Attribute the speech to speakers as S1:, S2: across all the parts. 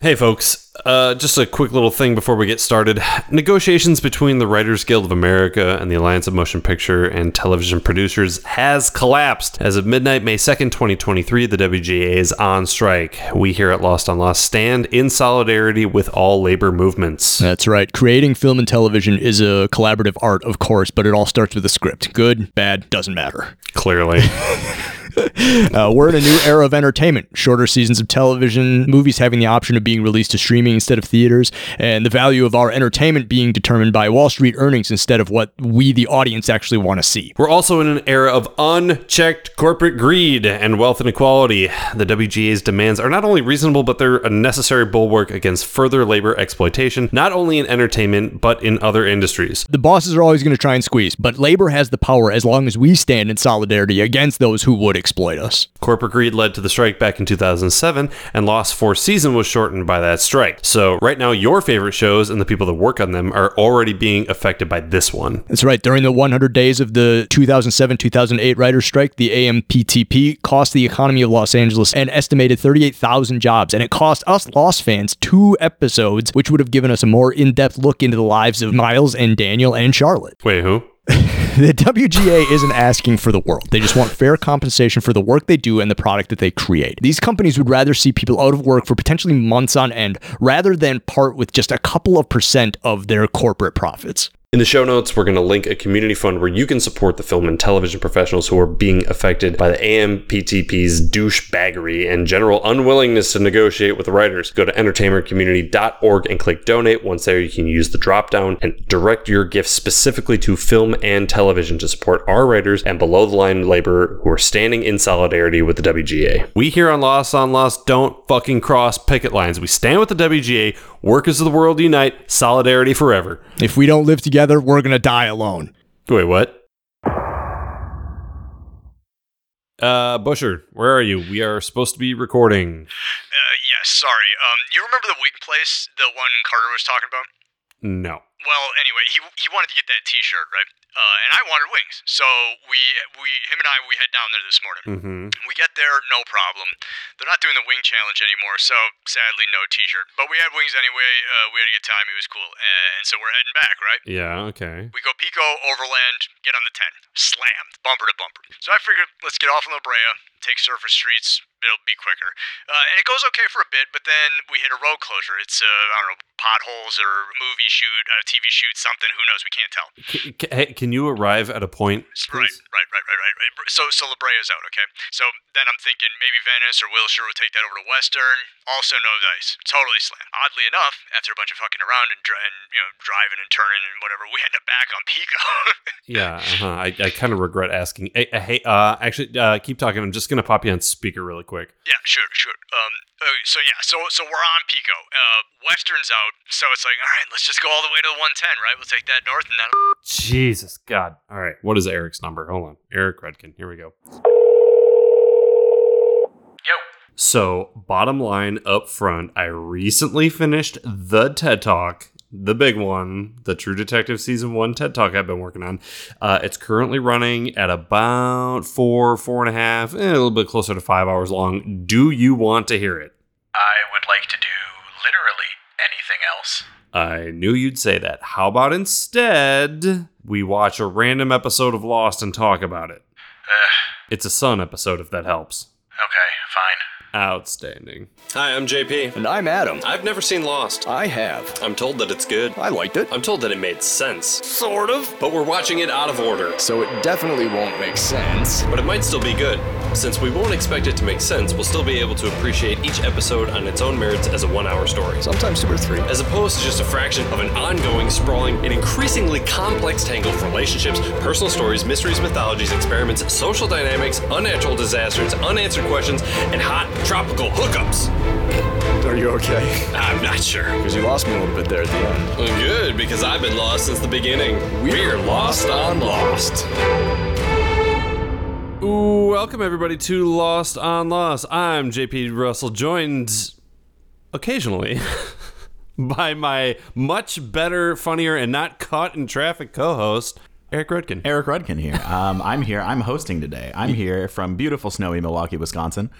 S1: Hey, folks. Uh, just a quick little thing before we get started. Negotiations between the Writers Guild of America and the Alliance of Motion Picture and Television Producers has collapsed. As of midnight, May 2nd, 2023, the WGA is on strike. We here at Lost on Lost stand in solidarity with all labor movements.
S2: That's right. Creating film and television is a collaborative art, of course, but it all starts with a script. Good, bad, doesn't matter.
S1: Clearly.
S2: Uh, we're in a new era of entertainment. Shorter seasons of television, movies having the option of being released to streaming instead of theaters, and the value of our entertainment being determined by Wall Street earnings instead of what we, the audience, actually want to see.
S1: We're also in an era of unchecked corporate greed and wealth inequality. The WGA's demands are not only reasonable, but they're a necessary bulwark against further labor exploitation, not only in entertainment, but in other industries.
S2: The bosses are always going to try and squeeze, but labor has the power as long as we stand in solidarity against those who would exploit us.
S1: Corporate greed led to the strike back in 2007, and Lost Four season was shortened by that strike. So, right now, your favorite shows and the people that work on them are already being affected by this one.
S2: That's right. During the 100 days of the 2007 2008 writer's strike, the AMPTP cost the economy of Los Angeles an estimated 38,000 jobs, and it cost us Lost fans two episodes, which would have given us a more in depth look into the lives of Miles and Daniel and Charlotte.
S1: Wait, who?
S2: The WGA isn't asking for the world. They just want fair compensation for the work they do and the product that they create. These companies would rather see people out of work for potentially months on end rather than part with just a couple of percent of their corporate profits.
S1: In the show notes, we're going to link a community fund where you can support the film and television professionals who are being affected by the AMPTP's douchebaggery and general unwillingness to negotiate with the writers. Go to entertainmentcommunity.org and click donate. Once there, you can use the drop down and direct your gift specifically to film and television to support our writers and below the line laborer who are standing in solidarity with the WGA. We here on Lost on Lost don't fucking cross picket lines. We stand with the WGA. Workers of the world unite. Solidarity forever.
S2: If we don't live together, we're going to die alone.
S1: Wait, what? Uh, Busher, where are you? We are supposed to be recording.
S3: Uh, yes, sorry. Um, you remember the wig place, the one Carter was talking about?
S1: No.
S3: Well, anyway, he he wanted to get that T-shirt, right? Uh, and I wanted wings, so we we him and I we head down there this
S2: Hmm.
S3: morning.
S1: Mm-hmm.
S3: We get there, no problem. They're not doing the wing challenge anymore, so sadly, no T-shirt. But we had wings anyway. Uh, we had a good time. It was cool, and so we're heading back, right?
S1: Yeah. Okay.
S3: We go Pico, Overland, get on the 10. Slammed, bumper to bumper. So I figured, let's get off in La Brea, take surface streets, it'll be quicker. Uh, and it goes okay for a bit, but then we hit a road closure. It's, uh, I don't know, potholes or movie shoot, uh, TV shoot, something, who knows, we can't tell.
S1: C- c- hey, can you arrive at a point?
S3: Right,
S1: please?
S3: right, right, right, right, right. So, so La Brea's out, okay? So then I'm thinking maybe Venice or Wilshire would take that over to Western. Also, no dice. Totally slammed. Oddly enough, after a bunch of fucking around and, dri- and you know driving and turning and whatever, we end up back on Pico.
S1: Yeah. Uh-huh. I, I kind of regret asking. Hey, uh, hey, uh, actually, uh, keep talking. I'm just gonna pop you on speaker really quick.
S3: yeah, sure, sure. Um, uh, so yeah, so so we're on Pico. Uh, Western's out, so it's like, all right, let's just go all the way to the 110, right? We'll take that north and then.
S1: Jesus God. All right. What is Eric's number? Hold on. Eric Redkin. Here we go.
S3: Yo.
S1: So, bottom line up front, I recently finished the TED Talk, the big one, the True Detective Season 1 TED Talk I've been working on. Uh, it's currently running at about four, four and a half, eh, a little bit closer to five hours long. Do you want to hear it?
S3: I would like to do literally anything else.
S1: I knew you'd say that. How about instead we watch a random episode of Lost and talk about it? It's a Sun episode, if that helps.
S3: Okay, fine.
S1: Outstanding. Hi, I'm JP.
S2: And I'm Adam.
S1: I've never seen Lost.
S2: I have.
S1: I'm told that it's good.
S2: I liked it.
S1: I'm told that it made sense. Sort of. But we're watching it out of order.
S2: So it definitely won't make sense.
S1: But it might still be good. Since we won't expect it to make sense, we'll still be able to appreciate each episode on its own merits as a one hour story.
S2: Sometimes two or three.
S1: As opposed to just a fraction of an ongoing, sprawling, and increasingly complex tangle of relationships, personal stories, mysteries, mythologies, experiments, social dynamics, unnatural disasters, unanswered questions, and hot tropical hookups.
S2: Are you okay?
S1: I'm not sure.
S2: Because you lost me a little bit there at the end.
S1: Well, Good, because I've been lost since the beginning. We're Lost on Lost. Ooh, welcome everybody to Lost on Lost. I'm JP Russell, joined occasionally by my much better, funnier, and not caught in traffic co-host, Eric Redkin.
S4: Eric Rudkin here. Um, I'm here. I'm hosting today. I'm here from beautiful snowy Milwaukee, Wisconsin,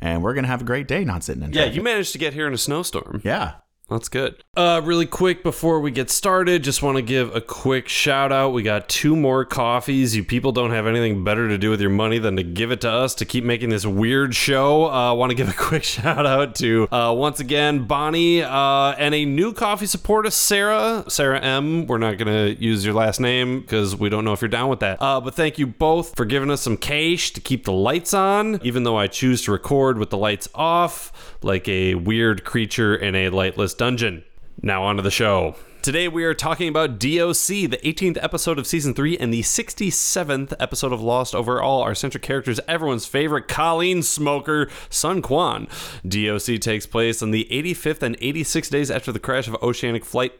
S4: and we're gonna have a great day not sitting in
S1: Yeah,
S4: traffic.
S1: you managed to get here in a snowstorm.
S4: yeah.
S1: That's good. Uh, really quick before we get started, just want to give a quick shout out. We got two more coffees. You people don't have anything better to do with your money than to give it to us to keep making this weird show. I uh, want to give a quick shout out to uh, once again Bonnie uh, and a new coffee supporter, Sarah. Sarah M. We're not gonna use your last name because we don't know if you're down with that. Uh, but thank you both for giving us some cash to keep the lights on, even though I choose to record with the lights off, like a weird creature in a lightless dungeon. Now, on to the show. Today, we are talking about DOC, the 18th episode of season 3 and the 67th episode of Lost overall. Our central characters, everyone's favorite Colleen Smoker, Sun Quan. DOC takes place on the 85th and 86th days after the crash of Oceanic Flight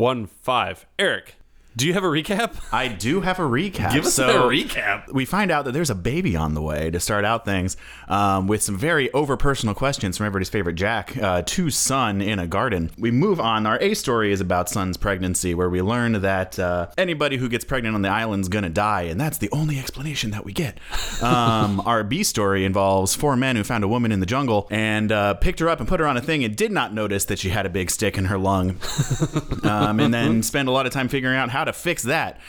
S1: 815. Eric, do you have a recap?
S4: I do have a recap.
S1: Give us
S4: so
S1: a recap.
S4: We find out that there's a baby on the way to start out things um, with some very over personal questions from everybody's favorite Jack uh, to Sun in a garden. We move on. Our A story is about Sun's pregnancy, where we learn that uh, anybody who gets pregnant on the island's gonna die, and that's the only explanation that we get. Um, our B story involves four men who found a woman in the jungle and uh, picked her up and put her on a thing and did not notice that she had a big stick in her lung, um, and then spend a lot of time figuring out how to fix that.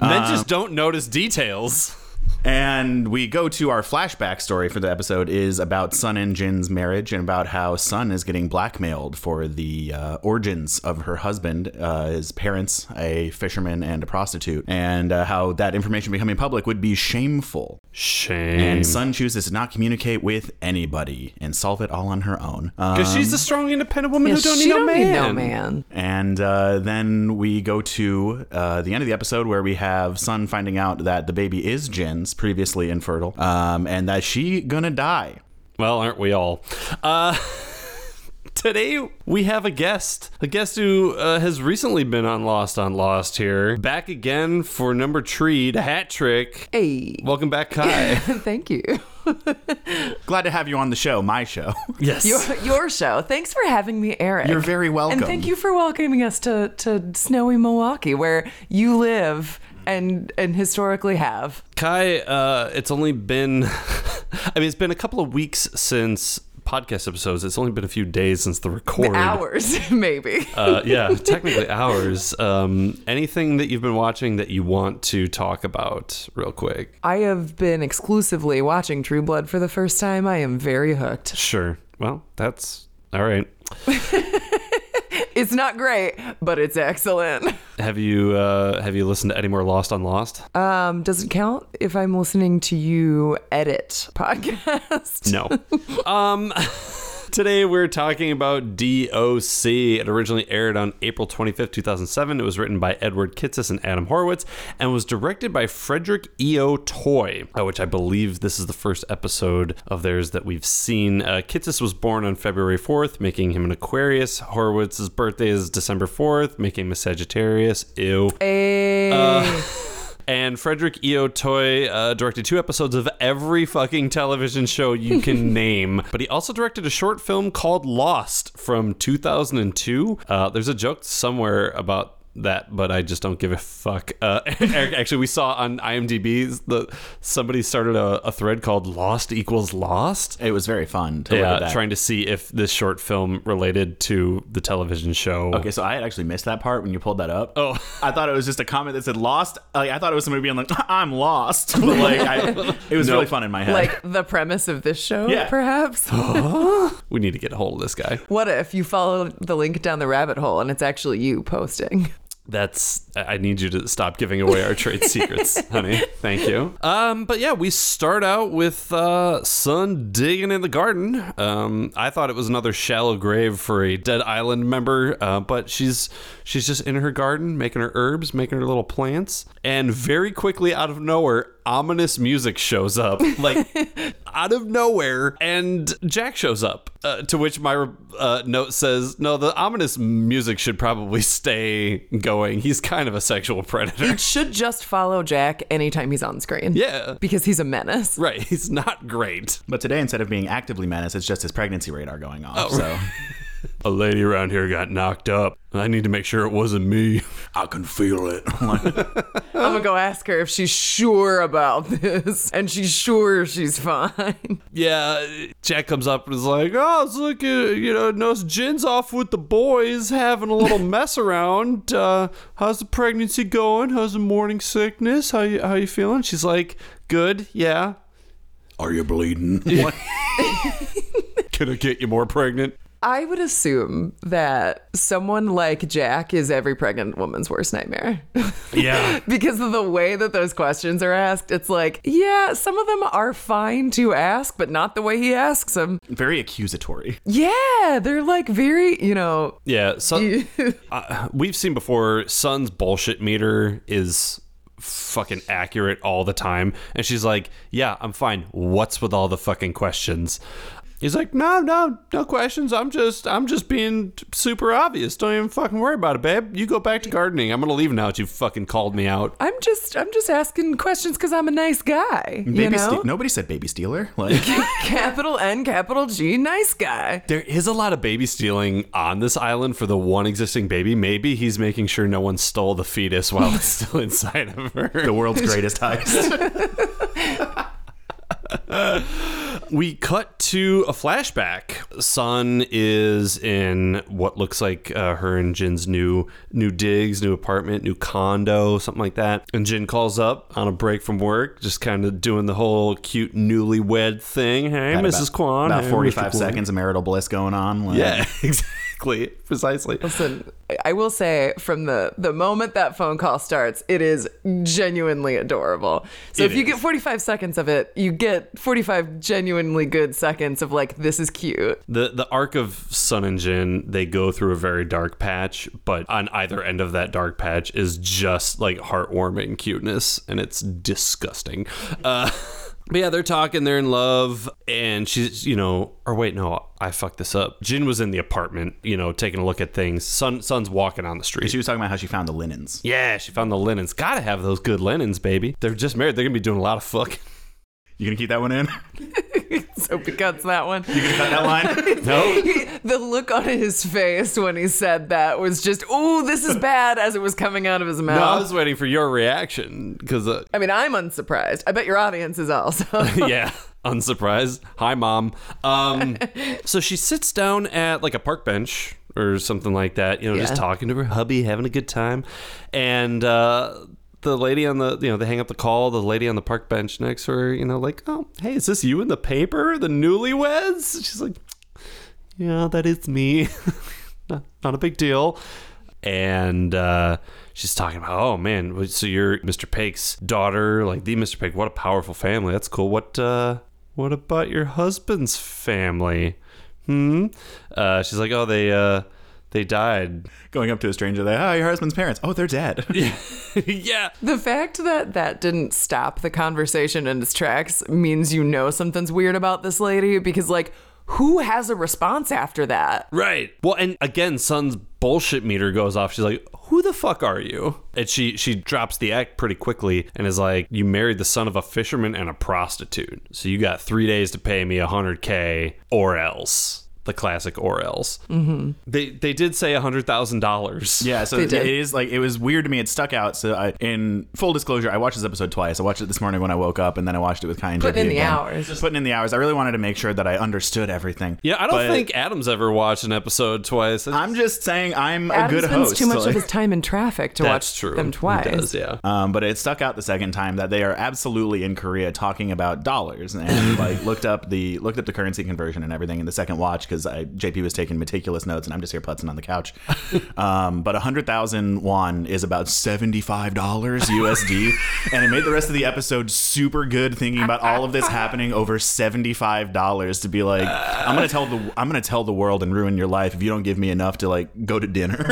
S1: Men just don't notice details.
S4: And we go to our flashback story for the episode is about Sun and Jin's marriage and about how Sun is getting blackmailed for the uh, origins of her husband, uh, his parents, a fisherman and a prostitute, and uh, how that information becoming public would be shameful.
S1: Shame.
S4: And Sun chooses to not communicate with anybody and solve it all on her own. Um,
S1: Because she's a strong, independent woman who
S5: Yeah,
S1: don't,
S5: she
S1: need, no
S5: don't
S1: man.
S5: need no man.
S4: And uh, then we go to uh, the end of the episode where we have Sun finding out that the baby is Jin's, previously infertile, um, and that she gonna die.
S1: Well, aren't we all? Uh, today we have a guest, a guest who uh, has recently been on Lost on Lost here, back again for number three, the hat trick.
S5: Hey,
S1: Welcome back, Kai.
S5: thank you.
S4: Glad to have you on the show, my show.
S1: yes.
S5: Your, your show. Thanks for having me, Eric.
S4: You're very welcome.
S5: And thank you for welcoming us to, to snowy Milwaukee, where you live and and historically have.
S1: Kai, uh, it's only been, I mean, it's been a couple of weeks since podcast episodes. It's only been a few days since the record.
S5: Hours, maybe.
S1: Uh, yeah, technically hours. Um, anything that you've been watching that you want to talk about, real quick?
S5: I have been exclusively watching True Blood for the first time. I am very hooked.
S1: Sure. Well, that's all right.
S5: It's not great, but it's excellent.
S1: Have you uh, have you listened to any more Lost on Lost?
S5: Um, does it count if I'm listening to you edit podcast?
S1: No. um, today we're talking about DOC. It originally aired on April 25th, 2007. It was written by Edward Kitsis and Adam Horowitz and was directed by Frederick E.O. Toy, uh, which I believe this is the first episode of theirs that we've seen. Uh, Kitsis was born on February 4th, making him an Aquarius. Horowitz's birthday is December 4th, making him a Sagittarius. Ew.
S5: Hey.
S1: And Frederick E. Toy uh, directed two episodes of every fucking television show you can name. But he also directed a short film called Lost from 2002. Uh, there's a joke somewhere about that, but I just don't give a fuck. Uh, Eric, actually, we saw on IMDb the somebody started a, a thread called "Lost equals Lost."
S4: It was very fun. To look at
S1: Yeah,
S4: that.
S1: trying to see if this short film related to the television show.
S4: Okay, so I had actually missed that part when you pulled that up.
S1: Oh.
S4: I thought it was just a comment that said "lost." Like I thought it was somebody being like, "I'm lost," but like I, it was really fun in my head.
S5: like the premise of this show,
S4: Yeah.
S5: perhaps?
S1: we need to get a hold of this guy.
S5: What if you follow the link down the rabbit hole and it's actually you posting?
S1: That's I I need you to stop giving away our trade secrets, honey. Thank you. Um, but yeah, we start out with uh, Sun digging in the garden. Um, I thought it was another shallow grave for a dead island member, uh, but she's she's just in her garden, making her herbs, making her little plants, and very quickly out of nowhere, ominous music shows up, like out of nowhere, and Jack shows up. Uh, to which my uh, note says, "No, the ominous music should probably stay going. He's kind of a sexual predator."
S5: It should just follow Jack anytime he's on screen.
S1: yeah,
S5: Because he's a menace.
S1: right. He's not great. Oh,
S4: but today, instead of being actively menaced, it's just his pregnancy radar going off. so
S1: a lady around here got knocked up. I need to make sure it wasn't me.
S4: I can feel it.
S1: Uh-huh.
S5: I'm gonna go ask her if she's sure about this, and she's sure she's fine.
S1: Yeah, Jack comes up and is like, "Oh, it's look, uh, you know, no, Jin's off with the boys, having a little mess around. Uh, how's the pregnancy going? How's the morning sickness? How you how you feeling?" She's like, "Good, yeah."
S4: Are you bleeding?
S1: Can I get you more pregnant?
S5: I would assume that someone like Jack is every pregnant woman's worst nightmare.
S1: Yeah,
S5: because of the way that those questions are asked, it's like, yeah, some of them are fine to ask, but not the way he asks them.
S4: Very accusatory.
S5: Yeah, they're like very, you know,
S1: yeah. Son, uh, we've seen before. Sun's bullshit meter is fucking accurate all the time, and she's like, "Yeah, I'm fine. What's with all the fucking questions?" He's like, "No, no, no questions. I'm just, I'm just being super obvious. Don't even fucking worry about it, babe. You go back to gardening. I'm gonna leave now that you fucking called me out."
S5: I'm just, I'm just asking questions because I'm a nice guy.
S4: Baby
S5: you know,
S4: ste- nobody said baby stealer. Like
S5: capital N, capital G, nice guy.
S1: There is a lot of baby stealing on this island for the one existing baby. Maybe he's making sure no one stole the fetus while it's still inside of her.
S4: the world's greatest heist.
S1: we cut to a flashback. Sun is in what looks like uh, her and Jin's new new digs, new apartment, new condo, something like that. And Jin calls up on a break from work, just kind of doing the whole cute newlywed thing. Hey,
S4: Had
S1: Mrs.
S4: about-
S1: Kwan.
S4: About
S1: Hey, Mr.
S4: 45
S1: Kwan.
S4: seconds of marital bliss going on. Like,
S1: Yeah, exactly, precisely.
S5: Listen, I will say from the the moment that phone call starts, it is genuinely adorable. So
S1: It
S5: if you
S1: is.
S5: get 45 seconds of it, you get 45 genuinely good seconds of like this is cute.
S1: The the arc of Sun and Jin, they go through a very dark patch, but on either end of that dark patch is just like heartwarming cuteness, and it's disgusting. Uh, but yeah, they're talking, they're in love, and she's you know, or wait, no, I fucked this up. Jin was in the apartment, you know, taking a look at things. Sun Sun's walking on the street.
S4: She was talking about how she found the linens.
S1: yeah, she found the linens. Gotta have those good linens, baby. They're just married. They're gonna be doing a lot of fucking.
S4: You gonna keep that one in?
S5: So because that one.
S4: Cut that line.
S1: No,
S5: the look on his face when he said that was just, "Oh, this is bad" as it was coming out of his
S1: no, I
S5: mouth.
S1: was waiting for your reaction because uh,
S5: I mean, I'm unsurprised. I bet your audience is also.
S1: yeah, unsurprised. Hi, mom. Um, so she sits down at like a park bench or something like that. You know, just
S5: Yeah.
S1: talking to her hubby, having a good time, and uh, the lady on the you know they hang up the call. The lady on the park bench next to her, you know, like, oh, hey, is this you in the paper, the newlyweds? She's like, yeah, that is me. not, not a big deal. And uh, she's talking about, oh man, so you're Mr. Pake's daughter, like the Mr. Pake. What a powerful family. That's cool. What uh, what about your husband's family? Hmm. Uh, she's like, oh, they uh, they died.
S4: Going up to a stranger, like, oh, your husband's parents. Oh, they're dead.
S1: yeah.
S5: The fact that that didn't stop the conversation in its tracks means you know something's weird about this lady because, like, who has a response after that?
S1: Right. Well, and again, Sun's bullshit meter goes off. She's like, "Who the fuck are you?" And she she drops the act pretty quickly and is like, "You married the son of a fisherman and a prostitute, so you got three days to pay me a hundred k or else." The classic or else. Mm-hmm. They they did say a hundred thousand dollars.
S4: Yeah, so
S5: They
S4: it
S5: did.
S4: is like it was weird to me. It stuck out. So, I, in full disclosure, I watched this episode twice. I watched it this morning when I woke up, and then I watched it with Kai and
S5: Putting in
S4: JP
S5: the
S4: again.
S5: hours.
S4: Just putting in the hours. I really wanted to make sure that I understood everything.
S1: Yeah, I don't
S4: But
S1: think Adam's ever watched an episode twice.
S4: I'm just saying I'm
S5: Adam
S4: a good
S5: spends
S4: host.
S5: too much
S4: like-
S5: of his time in traffic to
S1: That's
S5: watch
S1: true.
S5: them
S1: He
S5: twice.
S1: does, yeah.
S4: um, but it stuck out the second time that they are absolutely in Korea talking about dollars and like looked up the looked up the currency conversion and everything in the second watch because JP was taking meticulous notes and I'm just here putzing on the couch. um, but hundred thousand won is about seventy five dollars USD, and it made the rest of the episode super good thinking about all of this happening over seventy five dollars to be like I'm gonna tell the I'm gonna tell the world and ruin your life if you don't give me enough to like go to dinner.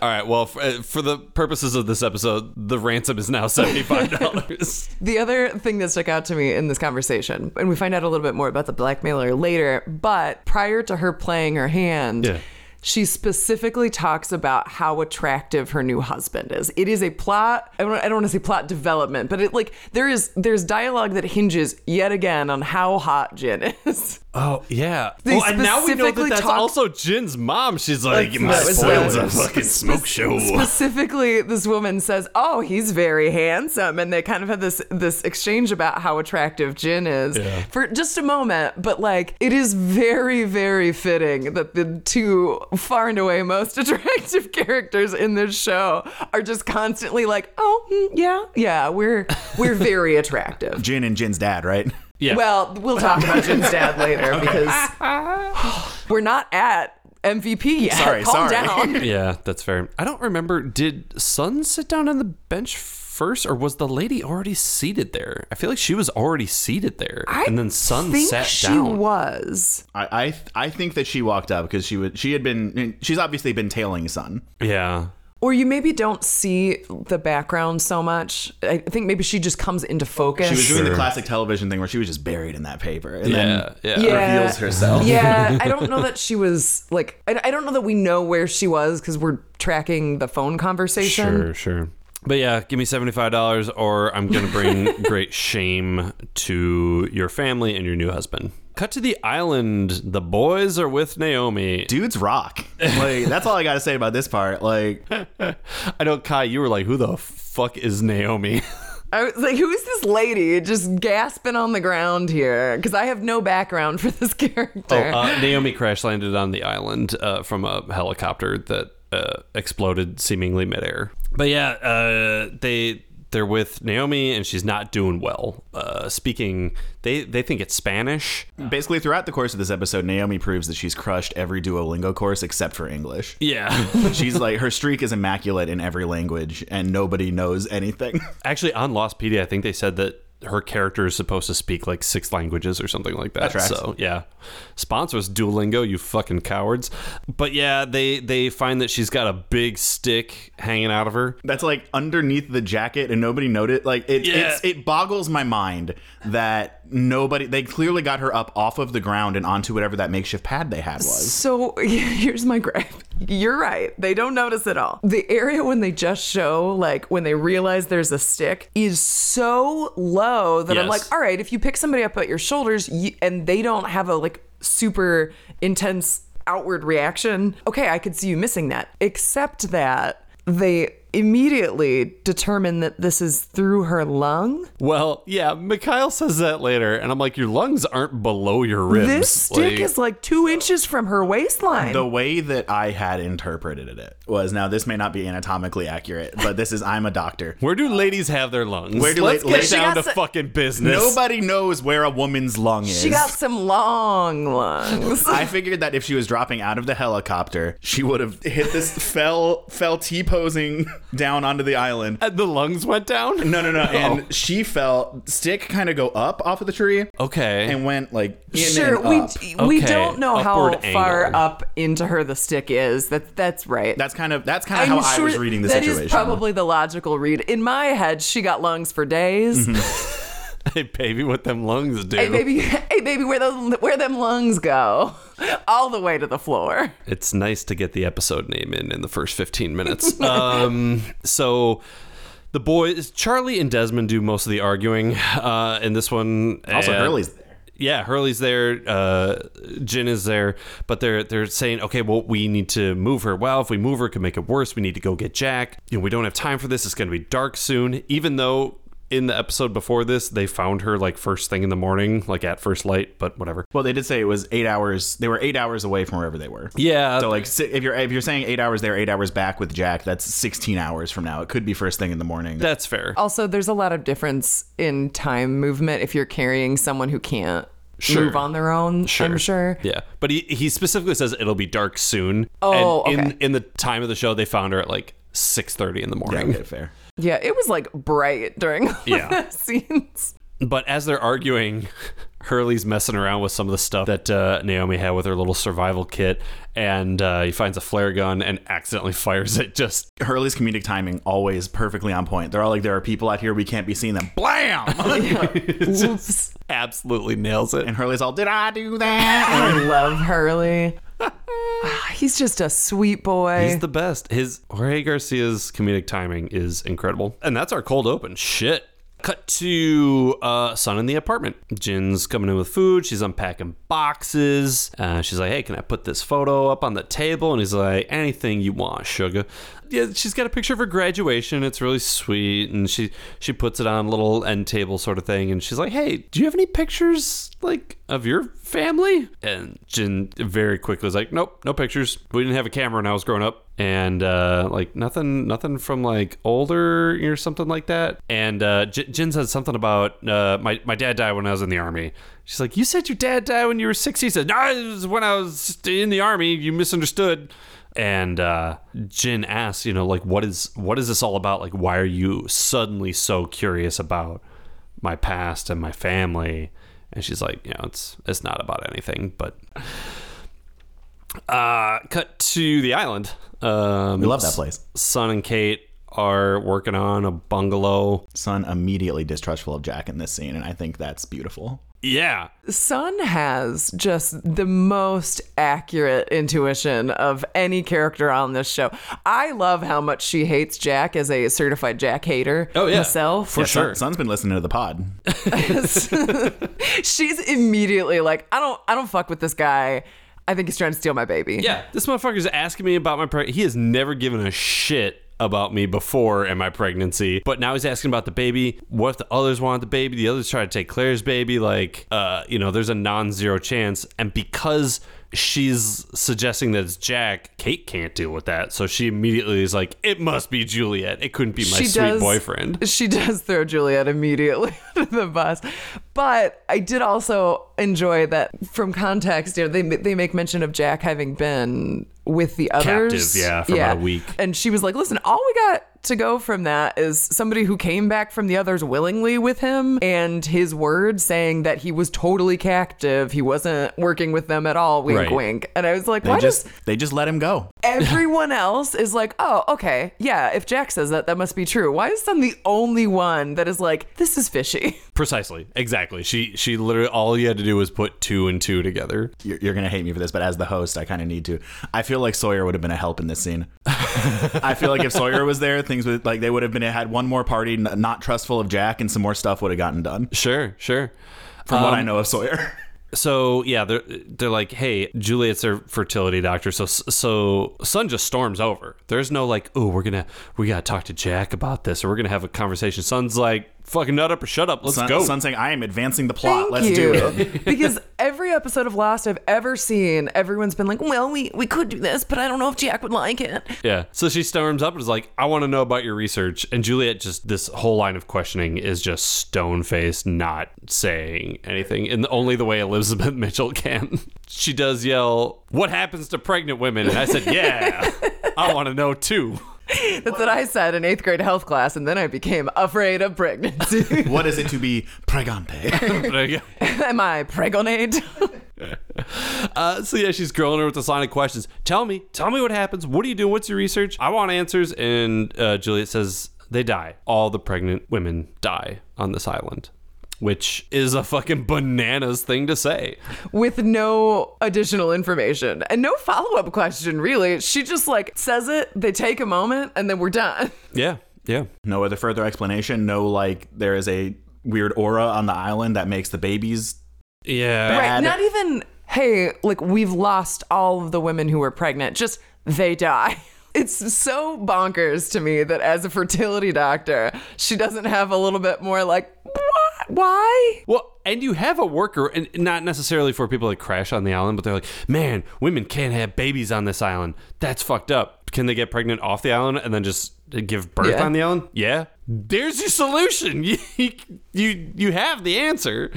S1: All right. Well, for, uh, for the purposes of this episode, the ransom is now seventy five dollars.
S5: The other thing that stuck out to me in this conversation, and we find out a little bit more about the blackmailer later, but prior to her playing her hand,
S1: Yeah.
S5: she specifically talks about how attractive her new husband is. It is a plot. I don't, I don't want to say plot development, but it like there is there's dialogue that hinges yet again on how hot Jin is.
S6: Oh yeah.
S5: They
S6: well, and now we know that
S5: specifically
S6: that's
S5: talk-
S6: also Jin's mom. She's like,
S5: That's-
S6: my
S5: that was
S6: spoils
S5: the-
S6: a fucking smoke show.
S5: Specifically, this woman says, "Oh, he's very handsome," and they kind of had this this exchange about how attractive Jin is for just a moment. But like, it is very, very fitting that the two far and away most attractive characters in this show are just constantly like, "Oh, mm, yeah, yeah, we're we're very attractive."
S4: Jin and Jin's dad, right?
S6: Yeah.
S5: Well, we'll talk about Jin's dad later because we're not at MVP yet.
S4: Sorry,
S5: Calm
S4: sorry.
S5: down.
S1: Yeah, that's fair. I don't remember. Did Sun sit down on the bench first, or was the lady already seated there? I feel like she was already seated there,
S5: I
S1: and then Sun
S5: think
S1: sat
S5: she
S1: down.
S5: was.
S4: I, I I think that she walked up because she was she had been she's obviously been tailing Sun.
S1: yeah,
S5: Or you maybe don't see the background so much. I think maybe she just comes into focus.
S4: She was doing the classic television thing where she was just buried in that paper and
S1: yeah,
S4: then
S1: yeah.
S5: Yeah.
S4: reveals herself.
S5: yeah, I don't know that she was like. I, I don't know that we know where she was because we're tracking the phone conversation.
S1: Sure, sure. But yeah, give me $75 or I'm going to bring great shame to your family and your new husband. Cut to the island. The boys are with Naomi.
S4: Dudes rock. Like that's all I got to say about this part. Like
S1: I know, Kai, you were like, who the fuck is Naomi?
S5: I was like, who is this lady just gasping on the ground here? Because I have no background for this character.
S1: uh, Naomi crash landed on the island uh, from a helicopter that uh, exploded seemingly midair. But yeah, uh, they they're with Naomi and she's not doing well. Uh, speaking, they they think it's Spanish.
S4: basically throughout the course of this episode, Naomi proves that she's crushed every Duolingo course except for English.
S1: Yeah,
S4: She's like her streak is immaculate in every language and nobody knows anything.
S1: Actually, on Lostpedia, I think they said that her character is supposed to speak like six languages or something like that.
S4: tracks.
S1: so yeah, sponsor us Duolingo, you fucking cowards. But yeah, they they find that she's got a big stick hanging out of her.
S4: that's like underneath the jacket and nobody noticed. Like it,
S1: Yeah.
S4: it's, it boggles my mind that nobody. They clearly got her up off of the ground and onto whatever that makeshift pad they had was.
S5: So here's my gripe. You're right. They don't notice at all. The area when they just show, like when they realize there's a stick, is so low that I'm
S1: Yes.
S5: like, all right, if you pick somebody up at your shoulders you, and they don't have a like super intense outward reaction, okay, I could see you missing that. Except that they immediately determine that this is through her lung.
S1: Well, yeah, Mikhail says that later, and I'm like, your lungs aren't below your ribs.
S5: This stick
S1: Like,
S5: is like two inches from her waistline.
S4: The way that I had interpreted it was now this may not be anatomically accurate, but this is I'm a doctor.
S1: Where do ladies have their lungs?
S4: Where do
S1: Let's
S4: la-
S1: get
S4: ladies-
S1: down
S5: She
S1: to
S5: got s-
S1: fucking business.
S4: Nobody knows where a woman's lung is.
S5: she got some long lungs.
S4: I figured that if she was dropping out of the helicopter, she would have hit this fell fell T posing down onto the island
S1: And the lungs went down.
S4: No, no, no. And she fell stick kind of go up off of the tree
S1: Okay.
S4: and went like in
S5: sure
S4: and
S5: we
S4: up.
S5: we
S1: Okay,
S5: don't know how
S1: upward
S5: far
S1: angle.
S5: up into her the stick is that that's right
S4: That's kind of that's kind of how I was reading the
S5: that is
S4: situation.
S5: probably the logical read in my head she got lungs for days
S4: Mm-hmm.
S1: hey, baby, what them lungs do?
S5: hey baby hey baby where those where them lungs go all the way to the floor
S1: It's nice to get the episode name in in the first 15 minutes. um, so the boys, Charlie and Desmond, do most of the arguing uh, in this one.
S4: also,
S1: and-
S4: Hurley's there.
S1: Yeah, Hurley's there. Uh, Jin is there, but they're they're saying, okay, well, we need to move her. Well, if we move her, it could make it worse. We need to go get Jack. You know, we don't have time for this. It's going to be dark soon. Even though in the episode before this, they found her like first thing in the morning, like at first light. But whatever.
S4: Well, they did say it was eight hours. They were eight hours away from wherever they were.
S1: Yeah.
S4: So like, si- if you're if you're saying eight hours there, eight hours back with Jack, that's sixteen hours from now. It could be first thing in the morning.
S1: that's fair.
S5: also there's a lot of difference in time movement if you're carrying someone who can't
S1: Sure.
S5: move on their own i'm sure
S1: Yeah, but he he specifically says it'll be dark soon.
S5: Oh,
S1: and in
S5: okay.
S1: in the time of the show, they found her at like six thirty in the morning.
S4: okay, fair.
S5: yeah it was like bright during all
S1: Yeah.
S5: yeah. the scenes
S1: But as they're arguing, Hurley's messing around with some of the stuff that uh, Naomi had with her little survival kit, and uh, he finds a flare gun and accidentally fires it. Just
S4: Hurley's comedic timing always perfectly on point. They're all like, there are people out here we can't be seeing them. Blam!
S5: Oops.
S1: absolutely nails it.
S4: and Hurley's all, did I do that?
S5: I love Hurley. He's just a sweet boy.
S1: He's the best. His Jorge Garcia's comedic timing is incredible. And that's our cold open. Shit. Cut to uh, Sun in the apartment. Jin's coming in with food. She's unpacking boxes. Uh, she's like, hey, can I put this photo up on the table? And he's like, anything you want, sugar. Yeah, she's got a picture of her graduation. It's really sweet. And she, she puts it on a little end table sort of thing. And she's like, hey, do you have any pictures, like, of your family? And Jin very quickly is like, nope, no pictures. We didn't have a camera when I was growing up, and uh, like nothing, nothing from like older or something like that. And uh, J- Jin said something about uh, my my dad died when I was in the army. She's like, you said your dad died when you were six. He said, no, it was when I was in the army. You misunderstood. And uh, Jin asks, you know, like, what is what is this all about? Like, why are you suddenly so curious about my past and my family? And she's like, you know, it's it's not about anything, but uh cut to the island. Um
S4: We love that place.
S1: Son and Kate are working on a bungalow.
S4: Son immediately distrustful of Jack in this scene, and I think that's beautiful.
S1: Yeah.
S5: Sun has just the most accurate intuition of any character on this show. I love how much she hates Jack as a certified Jack hater.
S1: Oh, yeah.
S5: herself.
S1: For
S4: Son-
S1: sure.
S4: Son's been listening to the pod.
S5: She's immediately like, I don't, I don't fuck with this guy. I think he's trying to steal my baby.
S1: Yeah. This motherfucker's asking me about my pregnancy. He has never given a shit about me before and my pregnancy, but now he's asking about the baby. What if the others want the baby? The others try to take Claire's baby. Like, uh, you know, there's a non-zero chance. And because she's suggesting that it's Jack, Kate can't deal with that. So she immediately is like, "It must be Juliet. It couldn't be my sweet boyfriend."
S5: She does throw Juliet immediately under the bus. But I did also enjoy that from context, you know, they they make mention of Jack having been with the others.
S1: Captive, yeah, for about a week.
S5: And she was like, listen, all we got to go from that is somebody who came back from the others willingly with him and his word saying that he was totally captive. He wasn't working with them at all, wink
S1: Right.
S5: wink. And I was like,
S4: They
S5: why does
S4: just they just let him go.
S5: Everyone else is like, oh, okay, yeah, if Jack says that, that must be true. Why is Sun the only one that is like, this is fishy?
S1: Precisely, exactly. She she literally all you had to do was put two and two together.
S4: You're, you're gonna hate me for this, but as the host, I kind of need to. I feel like Sawyer would have been a help in this scene. I feel like if Sawyer was there, things would like they would have been had one more party, n- not trustful of Jack, and some more stuff would have gotten done.
S1: Sure, sure.
S4: From what
S5: Um,
S4: I know of Sawyer,
S1: So yeah, they're they're like, hey, Juliet's their fertility doctor. So so Sun just storms over. There's no like, oh, we're gonna we gotta talk to Jack about this, or we're gonna have a conversation. Sun's like, fucking nut up or shut up. Let's
S4: Son,
S1: go.
S4: Son saying, "I am advancing the plot.
S5: Thank
S4: Let's
S5: you.
S4: do it."
S5: because every episode of Lost I've ever seen, everyone's been like, well, we, we could do this, but I don't know if Jack would like it.
S1: yeah. So she storms up and is like, I want to know about your research. And Juliet just this whole line of questioning is just stone faced, not saying anything, and only the way Elizabeth Mitchell can. she does yell, "What happens to pregnant women?" And I said, Yeah, I want to know too.
S5: That's what I said in eighth grade health class, and then I became afraid of pregnancy.
S4: What is it to be pregante?
S1: But I-
S5: Am I pregnant?
S1: Uh, so yeah, she's grilling her with this line of questions. Tell me, tell me what happens. What do you do? What's your research? I want answers. And uh, Juliet says they die. All the pregnant women die on this island, which is a fucking bananas thing to say.
S5: with no additional information and no follow up question, really. She just like says it, they take a moment, and then we're done.
S1: Yeah, yeah.
S4: no other further explanation. No, like there is a weird aura on the island that makes the babies.
S1: Yeah.
S5: Right.
S4: Bad.
S5: Not even, hey, like we've lost all of the women who were pregnant, just they die. It's so bonkers to me that as a fertility doctor, she doesn't have a little bit more like, what? Why?
S1: Well, and you have a worker, and not necessarily for people that crash on the island, but they're like, man, women can't have babies on this island. That's fucked up. Can they get pregnant off the island and then just give birth
S5: Yeah.
S1: on the island? Yeah. There's your solution. You you you have the answer.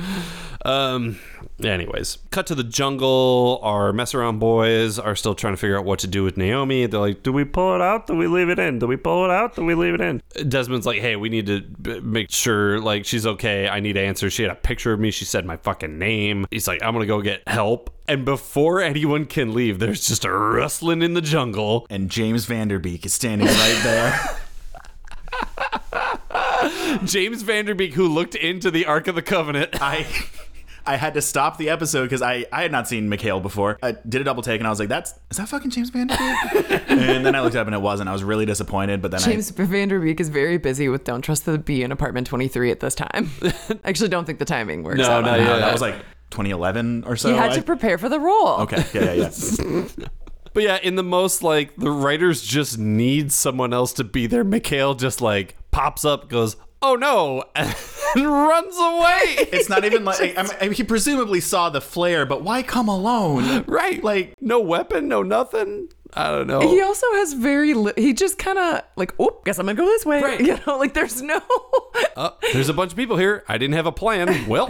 S1: Um. Anyways, cut to the jungle. Our mess around boys are still trying to figure out what to do with Naomi. They're like, do we pull it out? Do we leave it in? Do we pull it out? Do we leave it in? Desmond's like, hey, we need to b- make sure like she's okay. I need answers. She had a picture of me. She said my fucking name. He's like, I'm gonna go get help. And before anyone can leave, there's just a rustling in the jungle.
S4: And James Vanderbeek is standing right there.
S1: James Vanderbeek, who looked into the Ark of the Covenant.
S4: I I had to stop the episode because I, I had not seen McHale before. I did a double take and I was like, "That's is that fucking James Van Der Beek?" and then I looked up and it wasn't. I was really disappointed. But then
S5: James Van Der Beek is very busy with Don't Trust the Bee in Apartment 23 at this time. I actually don't think the timing works.
S1: No,
S4: I,
S5: out
S1: not
S5: on
S4: yeah,
S5: that.
S1: yet.
S4: uh, that was like 2011 or so.
S5: He had
S4: I-
S5: to prepare for the role.
S4: okay, yeah, yeah, yeah.
S1: But yeah, in the most like the writers just need someone else to be there. Mikhail just like pops up, goes, "Oh no," and runs away.
S4: It's not even like I mean, I mean, he presumably saw the flare, but why come alone?
S1: right? Like no weapon, no nothing. I don't know.
S5: He also has very. Li- he just kind of like, oh, guess I'm gonna go this way.
S1: Right.
S5: You know, like there's no.
S1: Uh, there's a bunch of people here. I didn't have a plan. Well,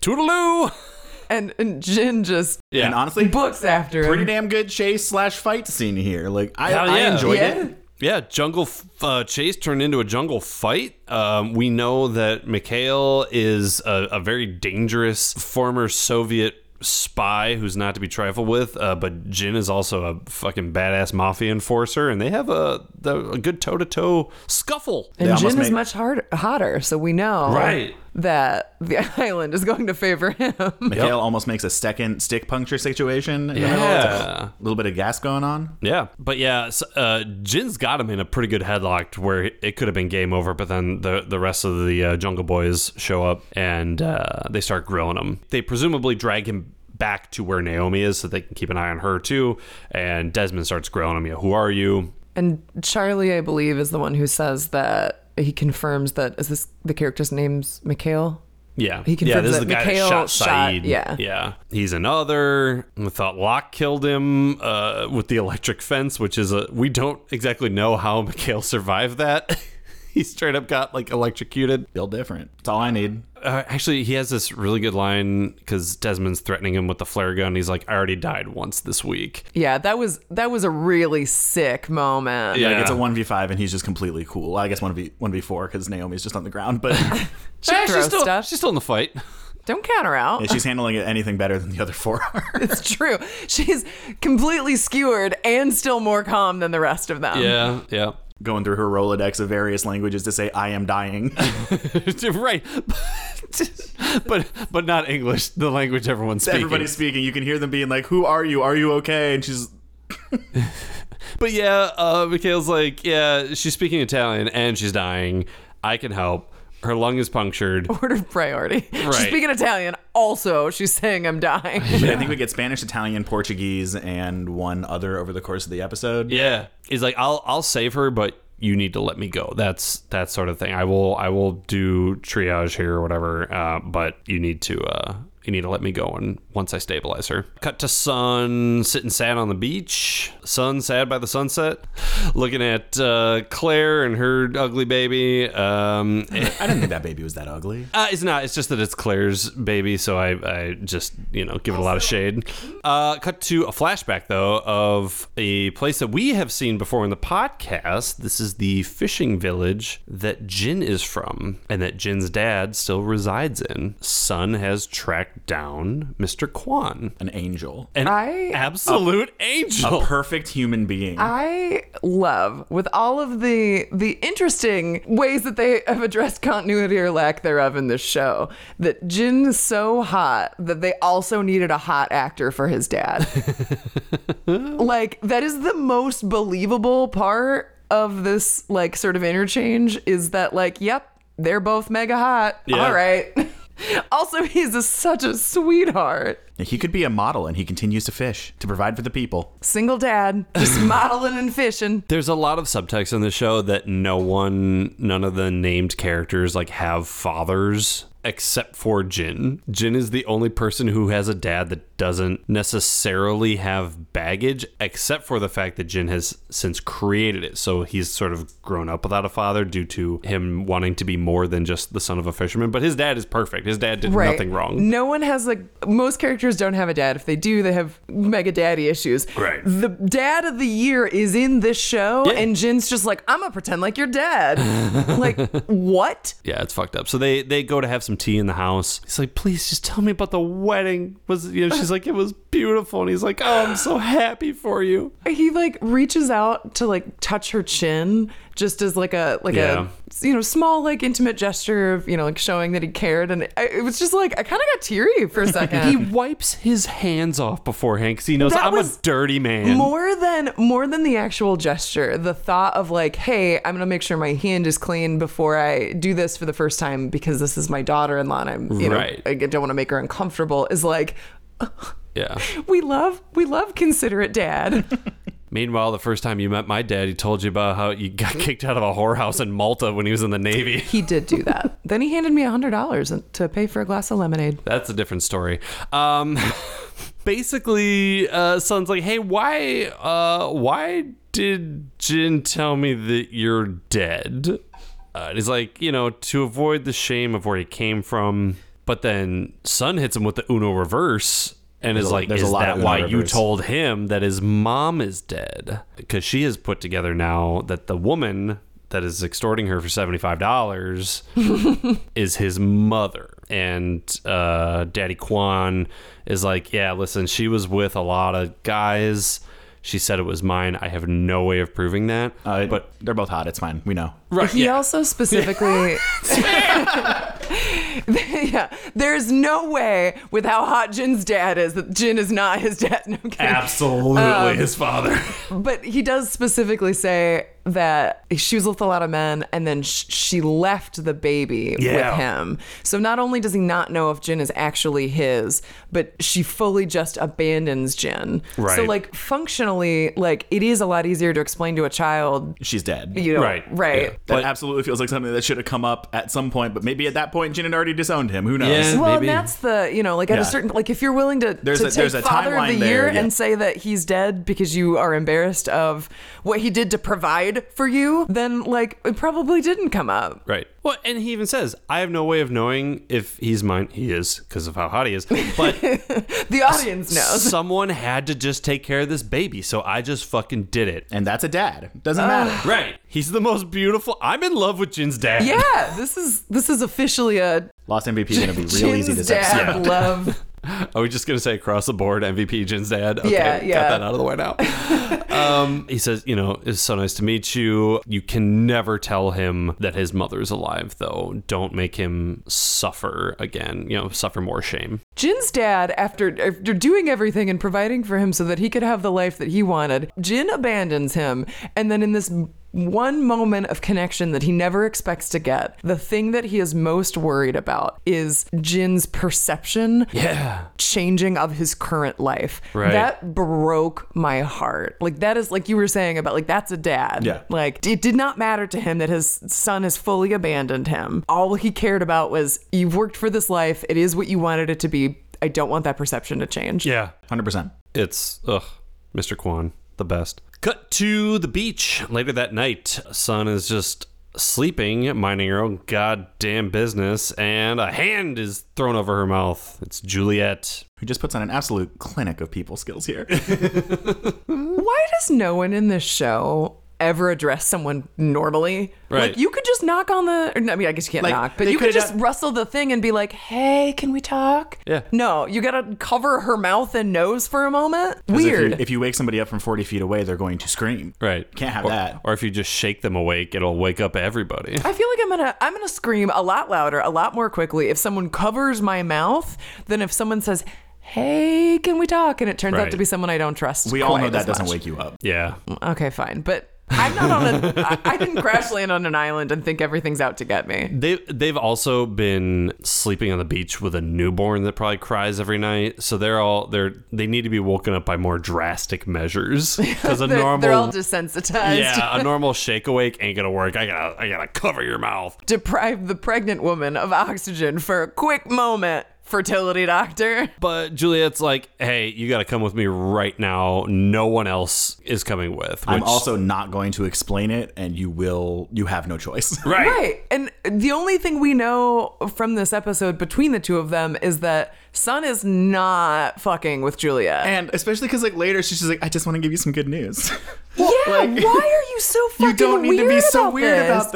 S1: toodaloo.
S5: and, and Jin just
S4: And honestly,
S5: books after him.
S4: pretty damn good chase slash fight scene here. Like I,
S1: Hell
S4: I
S1: yeah.
S4: enjoyed
S5: Yeah.
S4: it.
S1: Yeah, jungle f- uh, chase turned into a jungle fight. Um, we know that Mikhail is a, a very dangerous former Soviet spy who's not to be trifled with. Uh, but Jin is also a fucking badass mafia enforcer, and they have a, the, a good toe to toe scuffle.
S4: They
S5: and
S4: almost
S5: Jin is
S4: make-
S5: much harder, hotter, so we know
S1: Right.
S5: that the island is going to favor him.
S4: Mikhail almost makes a second stick puncture situation. In the middle. It's
S1: Yeah.
S4: A little bit of gas going on.
S1: Yeah, but yeah, s- uh, Jin's got him in a pretty good headlock to where it could have been game over. But then the the rest of the uh, Jungle Boys show up and uh, they start grilling him. They presumably drag him back to where Naomi is so they can keep an eye on her too. And Desmond starts grilling him. Yeah, who are you?
S5: And Charlie, I believe, is the one who says that he confirms that is this the character's name's Mikhail.
S1: Yeah,
S5: He
S1: yeah,
S5: confirms
S1: this is
S5: that
S1: the guy
S5: Mikhail
S1: that shot
S5: shot-
S1: Saeed.
S5: yeah.
S1: yeah, he's another. We thought Locke killed him uh, with the electric fence, which is a we don't exactly know how Mikhail survived that. he straight up got like electrocuted.
S4: Feel different. That's all I need.
S1: Uh, actually, he has this really good line because Desmond's threatening him with the flare gun. He's like, "I already died once this week."
S5: Yeah, that was that was a really sick moment.
S4: Like it's a one v five, and he's just completely cool. I guess one v one v four because Naomi's just on the ground, but
S5: She throws
S1: she's still,
S5: stuff.
S1: she's still in the fight.
S5: Don't count her out.
S4: she's handling it anything better than the other four are.
S5: It's true. She's completely skewered and still more calm than the rest of them.
S1: Yeah, yeah,
S4: Going through her rolodex of various languages to say "I am dying."
S1: right. but but not English, the language everyone's speaking.
S4: Everybody's speaking. You can hear them being like, "Who are you? Are you okay?" And she's
S1: But yeah, uh, Mikhail's like, yeah, she's speaking Italian and she's dying. I can help. Her lung is punctured.
S5: Order of priority.
S1: Right.
S5: She's speaking Italian. Also, she's saying I'm dying.
S4: I think we get Spanish, Italian, Portuguese, and one other over the course of the episode.
S1: Yeah, he's like, I'll I'll save her, but you need to let me go. That's that sort of thing. I will I will do triage here or whatever. Uh, but you need to uh, you need to let me go. And once I stabilize her, cut to Sun sitting sad on the beach. Sun sad by the sunset, looking at uh, Claire and her ugly baby. Um,
S4: I didn't think that baby was that ugly.
S1: Uh, it's not. It's just that it's Claire's baby, so I, I just you know give it a lot of shade. Uh, cut to a flashback though of a place that we have seen before in the podcast. This is the fishing village that Jin is from, and that Jin's dad still resides in. Sun has tracked down Mr. Kwan,
S4: An angel.
S1: an
S5: I-
S1: absolute
S4: A
S1: angel.
S4: perfect human being.
S5: Uh, I love with all of the the interesting ways that they have addressed continuity or lack thereof in this show that Jin is so hot that they also needed a hot actor for his dad. like that is the most believable part of this like sort of interchange is that like yep, they're both mega hot. All right. also he's a, such a sweetheart.
S4: He could be a model and he continues to fish to provide for the people.
S5: Single dad, just modeling and fishing.
S1: There's a lot of subtext in the show that no one, none of the named characters like have fathers except for Jin. Jin is the only person who has a dad that doesn't necessarily have baggage, except for the fact that Jin has since created it. So he's sort of grown up without a father due to him wanting to be more than just the son of a fisherman. But his dad is perfect. His dad did
S5: Right.
S1: nothing wrong.
S5: No one has like most characters don't have a dad. If they do, they have mega daddy issues.
S1: Right.
S5: The dad of the year is in this show, and Jin's just like, I'm gonna pretend like you're dead. like what?
S1: Yeah, it's fucked up. So they they go to have some tea in the house. He's like, please just tell me about the wedding. Was you know she's She's like, it was beautiful. And he's like, oh, I'm so happy for you.
S5: he like reaches out to like touch her chin just as like a like
S1: Yeah.
S5: a you know small like intimate gesture of you know like showing that he cared and I, it was just like i kind of got teary for a second
S1: He wipes his hands off beforehand because he knows
S5: That
S1: I'm a
S5: was
S1: dirty man.
S5: more than more than the actual gesture the thought of like hey i'm gonna make sure my hand is clean before i do this for the first time because this is my daughter-in-law and i'm you
S1: Right.
S5: know i don't want to make her uncomfortable is like
S1: yeah.
S5: we love we love considerate dad
S1: Meanwhile, the first time you met my dad, he told you about how you got kicked out of a whorehouse in Malta when he was in the Navy.
S5: he did do that then he handed me a hundred dollars to pay for a glass of lemonade
S1: That's a different story. Um, basically, uh, Son's like, "Hey, why, uh, why did Jin tell me that you're dead?" Uh, and he's like, "You know, to avoid the shame of where he came from." But then Sun hits him with the Uno reverse. And is
S4: a-
S1: like,
S4: there's a
S1: is
S4: lot of
S1: that
S4: Uno
S1: why you
S4: reverse."
S1: told him that his mom is dead? Because she has put together now that the woman that is extorting her for seventy five dollars is his mother. And uh, Daddy Kwan is like, Yeah, listen, she was with a lot of guys. She said it was mine. I have no way of proving that.
S4: Uh,
S1: but
S4: but they're both hot. It's fine. We know.
S1: right,
S5: He
S1: yeah.
S5: also specifically. yeah, there's no way with how hot Jin's dad is that Jin is not his dad. No, I'm kidding.
S1: Absolutely
S5: um,
S1: his father.
S5: But he does specifically say that she was with a lot of men and then sh- she left the baby
S1: Yeah.
S5: with him. So not only does he not know if Jin is actually his, but she fully just abandons Jin. So
S1: Right.
S5: like functionally, like it is a lot easier to explain to a child,
S4: She's dead.
S5: you know,
S1: Right,
S5: right.
S1: yeah.
S4: That
S1: But-
S4: absolutely feels like something that should have come up at some point, but maybe at that point Jin had already disowned him. Who knows?
S1: Yeah.
S5: Well,
S1: maybe.
S5: and that's the you know, like at
S4: Yeah.
S5: a certain like if you're willing to,
S4: There's
S5: to
S4: a-
S5: take
S4: there's a
S5: father of the
S4: timeline there,
S5: year
S4: yeah.
S5: and say that he's dead because you are embarrassed of what he did to provide for you, then like it probably didn't come up.
S1: Right. Well, and he even says, I have no way of knowing if he's mine. He is because of how hot he is. But
S5: The audience knows.
S1: someone had to just take care of this baby. So I just fucking did it.
S4: And that's a dad. Doesn't
S5: Ah.
S4: matter.
S1: Right. He's the most beautiful. I'm in love with Jin's dad.
S5: Yeah, this is this is officially a
S4: Lost MVP is gonna be real easy this
S5: Jin's dad
S4: episode.
S5: love.
S1: Are we just gonna say across the board MVP Jin's dad? Okay,
S5: Yeah,
S1: Got
S5: yeah.
S1: that out of the way now. um, he says, you know, it's so nice to meet you. You can never tell him that his mother is alive, though. Don't make him suffer again. You know, suffer more shame.
S5: Jin's dad, after after doing everything and providing for him so that he could have the life that he wanted, Jin abandons him, and then in this one moment of connection that he never expects to get, the thing that he is most worried about is Jin's perception
S1: Yeah.
S5: changing of his current life.
S1: Right.
S5: That broke my heart. Like that is like you were saying about like that's a dad.
S4: Yeah.
S5: Like it did not matter to him that his son has fully abandoned him. All he cared about was you've worked for this life. It is what you wanted it to be. I don't want that perception to change.
S1: Yeah.
S4: Hundred percent.
S1: It's ugh, Mr. Kwan, the best. Cut to the beach later that night. Sun is just sleeping, minding her own goddamn business, and a hand is thrown over her mouth. It's Juliet.
S4: Who just puts on an absolute clinic of people skills here.
S5: Why does no one in this show ever address someone normally?
S1: Right.
S5: Like you could just knock on the or, no, I mean I guess you can't
S4: Like,
S5: knock, but
S4: they
S5: you could
S4: could've
S5: just
S4: done-
S5: rustle the thing and be like, "Hey, can we talk?"
S1: Yeah.
S5: No, you got to cover her mouth and nose for a moment.
S4: 'Cause if you-
S5: Weird.
S4: If you, wake somebody up from 40 feet away, they're going to scream.
S1: Right.
S4: Can't have
S1: or,
S4: that.
S1: Or if you just shake them awake, it'll wake up everybody.
S5: I feel like I'm gonna I'm gonna scream a lot louder, a lot more quickly if someone covers my mouth than if someone says, "Hey, can we talk?" and it turns
S1: Right.
S5: out to be someone I don't trust.
S4: We all
S5: quite
S4: know
S5: as
S4: that doesn't
S5: much.
S4: wake you up.
S1: Yeah.
S5: Okay, fine, but. I'm not on a. I- I didn't crash land on an island and think everything's out to get me.
S1: They they've also been sleeping on the beach with a newborn that probably cries every night. So they're all they're they need to be woken up by more drastic measures because a
S5: They're,
S1: normal
S5: they're all desensitized.
S1: Yeah, a normal shake awake ain't gonna work. I gotta, I gotta cover your mouth.
S5: Deprive the pregnant woman of oxygen for a quick moment, fertility doctor.
S1: But Juliet's like, hey, you gotta come with me right now. No one else is coming with.
S4: I'm
S1: which-
S4: also not going to explain it, and you will. You have no choice.
S1: right.
S5: Right. And the only thing we know from this episode between the two of them is that Sun is not fucking with Julia.
S4: And especially because like later she's just like, I just want to give you some good news.
S5: yeah.
S4: Like-
S5: why are you so fucking
S4: You don't need to be
S5: weird
S4: so
S5: about
S4: weird
S5: this?
S4: about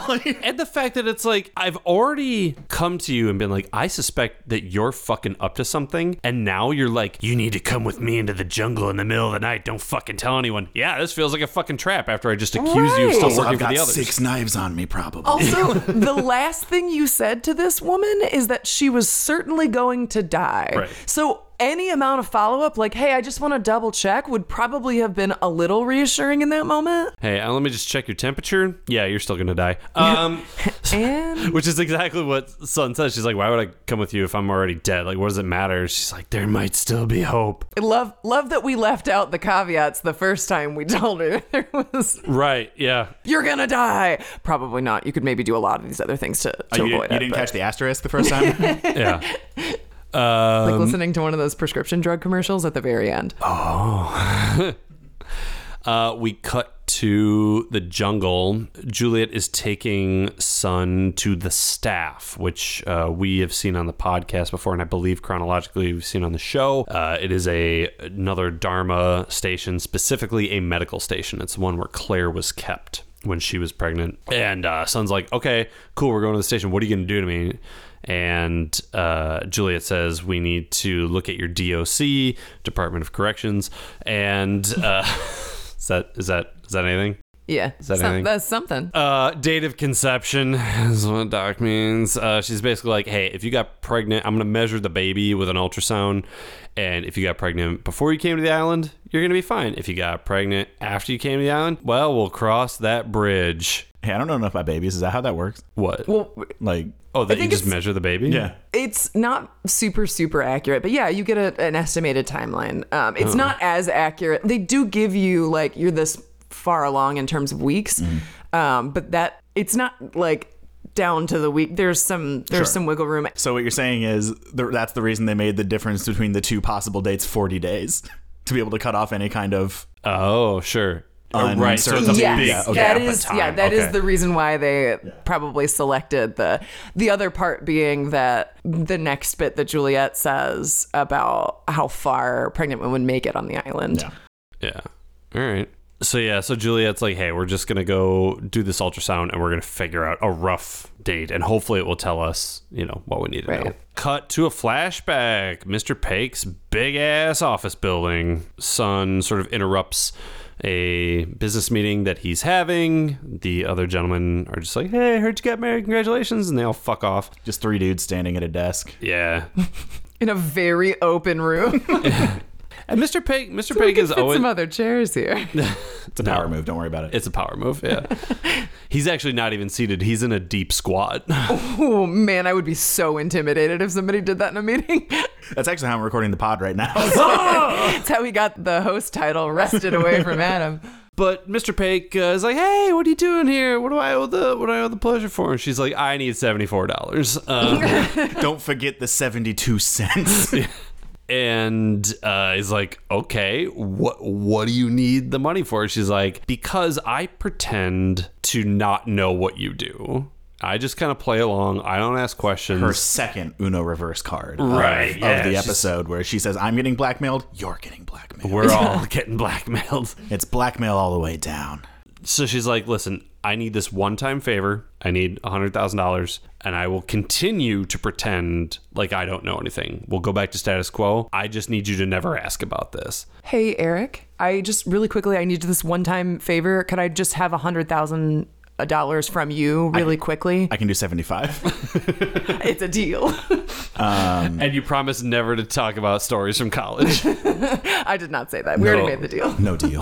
S4: this. Like-
S1: And the fact that it's like, I've already come to you and been like, I suspect that you're fucking up to something. And now you're like, you need to come with me into the jungle in the middle of the night. Don't fucking tell anyone. Yeah, this feels like a fucking trap after I just accused you of
S5: Right.
S1: still
S5: Also,
S1: working
S4: I've
S1: for
S4: got
S1: the others.
S4: six knives on me, probably.
S5: Also, the last thing you said to this woman is that she was certainly going to die.
S1: Right.
S5: So any amount of follow up, like, hey, I just want to double check, would probably have been a little reassuring in that moment.
S1: Hey, uh, let me just check your temperature. Yeah, you're still gonna die. Um,
S5: And
S1: which is exactly what Sun says. She's like, "Why would I come with you if I'm already dead? Like, what does it matter?" She's like, "There might still be hope."
S5: I love love that we left out the caveats the first time we told her there was
S1: Right? Yeah.
S5: you're gonna die. Probably not. You could maybe do a lot of these other things to, to
S4: Oh, you, you
S5: avoid it.
S4: didn't
S5: but-
S4: catch the asterisk the first time?
S1: Yeah.
S5: like listening to one of those prescription drug commercials at the very end.
S4: Oh.
S1: Uh, we cut to the jungle. Juliet is taking Sun to the staff, which uh, we have seen on the podcast before, and I believe chronologically we've seen on the show. Uh, it is a another Dharma station, specifically a medical station. It's the one where Claire was kept when she was pregnant. And uh, Sun's like, "Okay, cool, we're going to the station. What are you going to do to me?" And uh, Juliet says, "We need to look at your DOC, Department of Corrections, and." Uh, Is that is that is that anything?
S5: Yeah.
S1: that
S5: Some-
S1: anything?
S5: that's something.
S1: Uh, date of conception is what doc means. Uh, she's basically like, hey, if you got pregnant, I'm gonna measure the baby with an ultrasound, and if you got pregnant before you came to the island, you're gonna be fine. If you got pregnant after you came to the island, well, we'll cross that bridge.
S4: hey, I don't know enough about babies. Is that how that works?
S1: What?
S5: well,
S4: Like,
S1: oh, that you
S5: think
S1: just
S5: it's-
S1: measure the baby?
S4: yeah.
S5: it's not super super accurate but yeah you get a, an estimated timeline um, it's not as accurate they do give you like you're this far along in terms of weeks
S4: Mm.
S5: um, but that it's not like down to the week there's some there's some wiggle room
S4: So what you're saying is the, that's the reason they made the difference between the two possible dates 40 days to be able to cut off any kind of
S1: Oh, sure. Oh, right. So it's a
S4: Uncertainty.
S5: yes,
S1: big
S4: Yeah, okay.
S5: that
S1: gap of
S5: is
S1: time.
S5: yeah that is
S1: Okay.
S5: the reason why they probably selected the the other part being that the next bit that Juliet says about how far pregnant women would make it on the island
S4: Yeah.
S1: Yeah. All right. So yeah, so Juliet's like, hey, we're just gonna go do this ultrasound and we're gonna figure out a rough date, and hopefully it will tell us, you know, what we need to know.
S5: Right.
S1: Cut to a flashback. Mr. Pake's big ass office building. Son sort of interrupts a business meeting that he's having. The other gentlemen are just like, hey, I heard you got married, congratulations, and they all fuck off.
S4: just three dudes standing at a desk.
S1: Yeah.
S5: in a very open room.
S1: And Mr. Pake, Mr.
S5: we
S1: Pake
S5: can
S1: is
S5: fit
S1: always
S5: some other chairs here.
S4: It's a power move. Don't worry about it.
S1: It's a power move, yeah. He's actually not even seated. He's in a deep squat.
S5: oh man, I would be so intimidated if somebody did that in a meeting.
S4: that's actually how I'm recording the pod right now.
S5: That's how we got the host title wrested away from Adam.
S1: But Mr. Pake uh, is like, "Hey, what are you doing here? What do I owe the what do I owe the pleasure for?" And she's like, "I need seventy four dollars." Um,
S4: don't forget the 72 cents.
S1: and uh, he's like, "Okay, what what do you need the money for?" She's like, "Because I pretend to not know what you do. I just kind of play along. I don't ask questions."
S4: Her second Uno reverse card
S1: Right,
S4: of,
S1: yeah,
S4: of the
S1: she's-
S4: episode where she says, I'm getting blackmailed. You're getting blackmailed.
S1: We're all getting blackmailed.
S4: It's blackmail all the way down.
S1: So she's like, listen, I need this one time favor. I need $100,000, and I will continue to pretend like I don't know anything. We'll go back to status quo. I just need you to never ask about this.
S5: Hey Eric, I just really quickly I need this one time favor. Could I just have a hundred thousand uh, dollars from you really quickly?
S4: I can do 75.
S5: it's a deal.
S1: And you promise never to talk about stories from college.
S5: I did not say that. We
S1: No.
S5: already made the deal.
S4: No deal.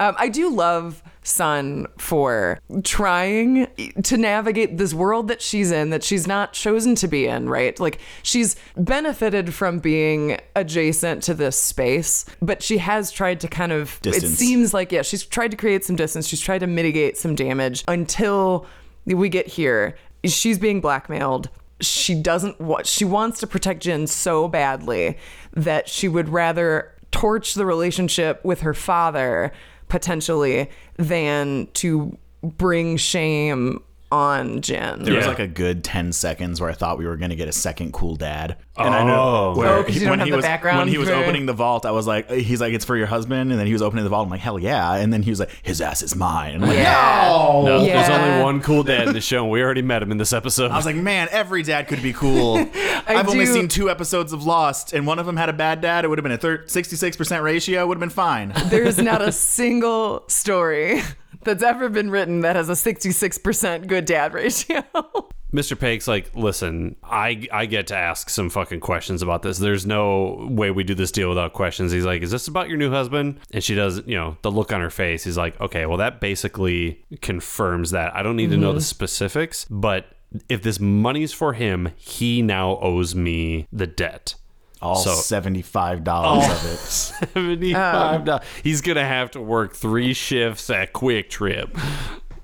S5: Um, I do love Sun for trying to navigate this world that she's in that she's not chosen to be in, right? Like she's benefited from being adjacent to this space, but she has tried to kind of
S4: Distance.
S5: it seems like yeah, she's tried to create some distance, she's tried to mitigate some damage until we get here. She's being blackmailed. She doesn't want she wants to protect Jin so badly that she would rather torch the relationship with her father potentially than to bring shame on Jin.
S4: There was
S1: Yeah.
S4: like a good 10 seconds where I thought we were going to get a second cool dad. Oh,
S1: Oh.
S4: where
S5: Oh, 'cause you don't have
S4: he
S5: the
S4: was,
S5: background
S4: When he was
S5: for-
S4: opening the vault, I was like, he's like, it's for your husband. And then he was opening the vault. I'm like, hell yeah. And then he was like, his ass is mine. And I'm like,
S5: Yeah.
S1: No, there's
S5: Yeah.
S1: only one cool dad in the show, and we already met him in this episode.
S4: I was like, man, every dad could be cool. I've only
S5: do-
S4: seen two episodes of Lost, and one of them had a bad dad. It would have been a thir- 66% ratio. It would have been fine.
S5: There's not a single story that's ever been written that has a 66% good dad ratio.
S1: Mr. Pake's like, listen, I I get to ask some fucking questions about this. There's no way we do this deal without questions. He's like, is this about your new husband? And she does, you know, the look on her face. He's like, okay, well that basically confirms that. I don't need to know the specifics, but if this money's for him, he now owes me the debt.
S4: All
S1: So-
S4: $75 of it.
S1: Seventy-five dollars. He's gonna have to work three shifts at Quick Trip.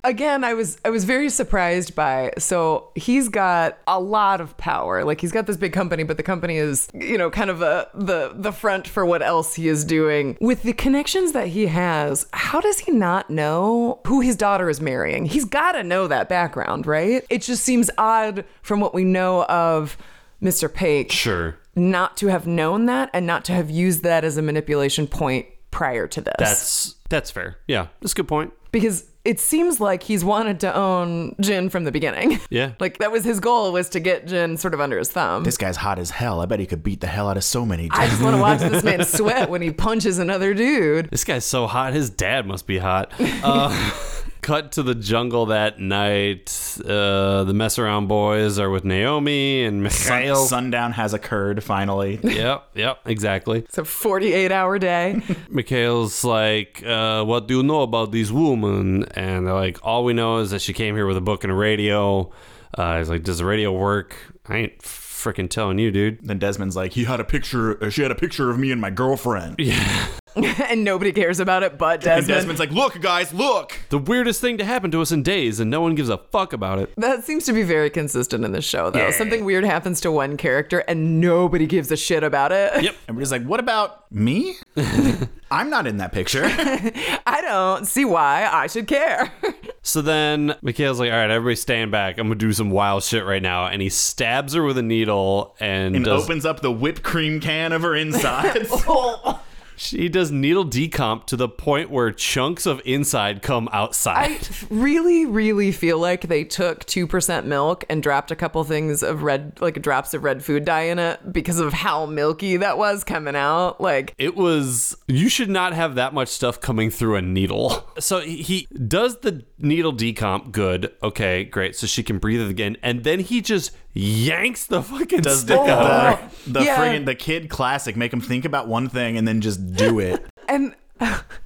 S5: Again, I was I was very surprised by so he's got a lot of power. Like he's got this big company, but the company is, you know, kind of a the the front for what else he is doing. With the connections that he has, how does he not know who his daughter is marrying? He's got to know that background, right? It just seems odd from what we know of Mr. Pake.
S1: Sure.
S5: not to have known that and not to have used that as a manipulation point prior to this.
S1: That's that's fair. Yeah, that's a good point.
S5: because it seems like he's wanted to own Jin from the beginning.
S1: Yeah.
S5: like that was his goal was to get Jin sort of under his thumb.
S4: This guy's hot as hell. I bet he could beat the hell out of so many
S5: I
S4: dudes.
S5: just want to watch this man sweat when he punches another dude.
S1: This guy's so hot. His dad must be hot. Uh, cut to the jungle that night. Uh, the mess around boys are with Naomi and Mikhail.
S4: Sundown has occurred finally.
S1: Yep, yep, exactly.
S5: It's a 48 hour day.
S1: Mikhail's like, uh, What do you know about these women? And they're like, All we know is that she came here with a book and a radio. Uh, he's like, Does the radio work? I ain't freaking telling you, dude.
S4: Then Desmond's like, he had a picture. uh, She had a picture of me and my girlfriend.
S5: and nobody cares about it but
S4: And
S5: Desmond.
S4: Desmond's like, look, guys, look.
S1: The weirdest thing to happen to us in days, and no one gives a fuck about it.
S5: That seems to be very consistent in this show, though. Something weird happens to one character and nobody gives a shit about it. Yep.
S4: And we're just like, what about me? I'm not in that picture.
S5: I don't see why I should care.
S1: So then Mikhail's like, all right, everybody stand back. I'm going to do some wild shit right now. And he stabs her with a needle and,
S4: and
S1: does,
S4: opens up the whipped cream can of her insides.
S1: he does needle decomp to the point where chunks of inside come outside.
S5: I really, really feel like they took two percent milk and dropped a couple things of red, like drops of red food dye in it because of how milky that was coming out. Like,
S1: it was you should not have that much stuff coming through a needle so he he does the needle decomp good okay great so she can breathe again and then he just yanks the fucking
S4: Does the,
S1: stick out of her.
S4: the, the
S5: Yeah.
S4: friggin' the kid classic make him think about one thing and then just do it?
S5: and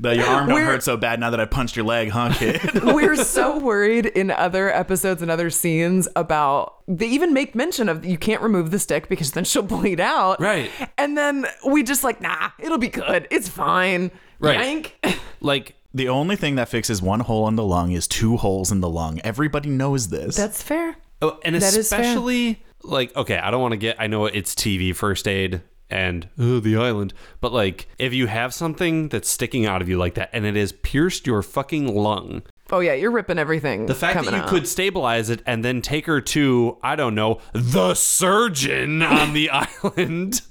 S4: The, your arm don't
S5: We're-
S4: hurt so bad now that I punched your leg, huh, kid?
S5: we're so worried in other episodes and other scenes about they even make mention of you can't remove the stick because then she'll bleed out.
S1: Right.
S5: And then we just like, nah, it'll be good. It's fine.
S1: Right.
S5: Yank.
S4: Oh.
S1: like
S4: the only thing that fixes one hole in the lung is two holes in the lung. Everybody knows this.
S5: That's fair.
S1: Oh, and
S5: That is fair.
S1: especially like okay, I don't want to get. I know it's TV first aid and oh, the island, but like if you have something that's sticking out of you like that and it has pierced your fucking lung,
S5: Oh yeah, you're ripping everything.
S1: the fact that you could stabilize it and then take her to I don't know the surgeon on the island.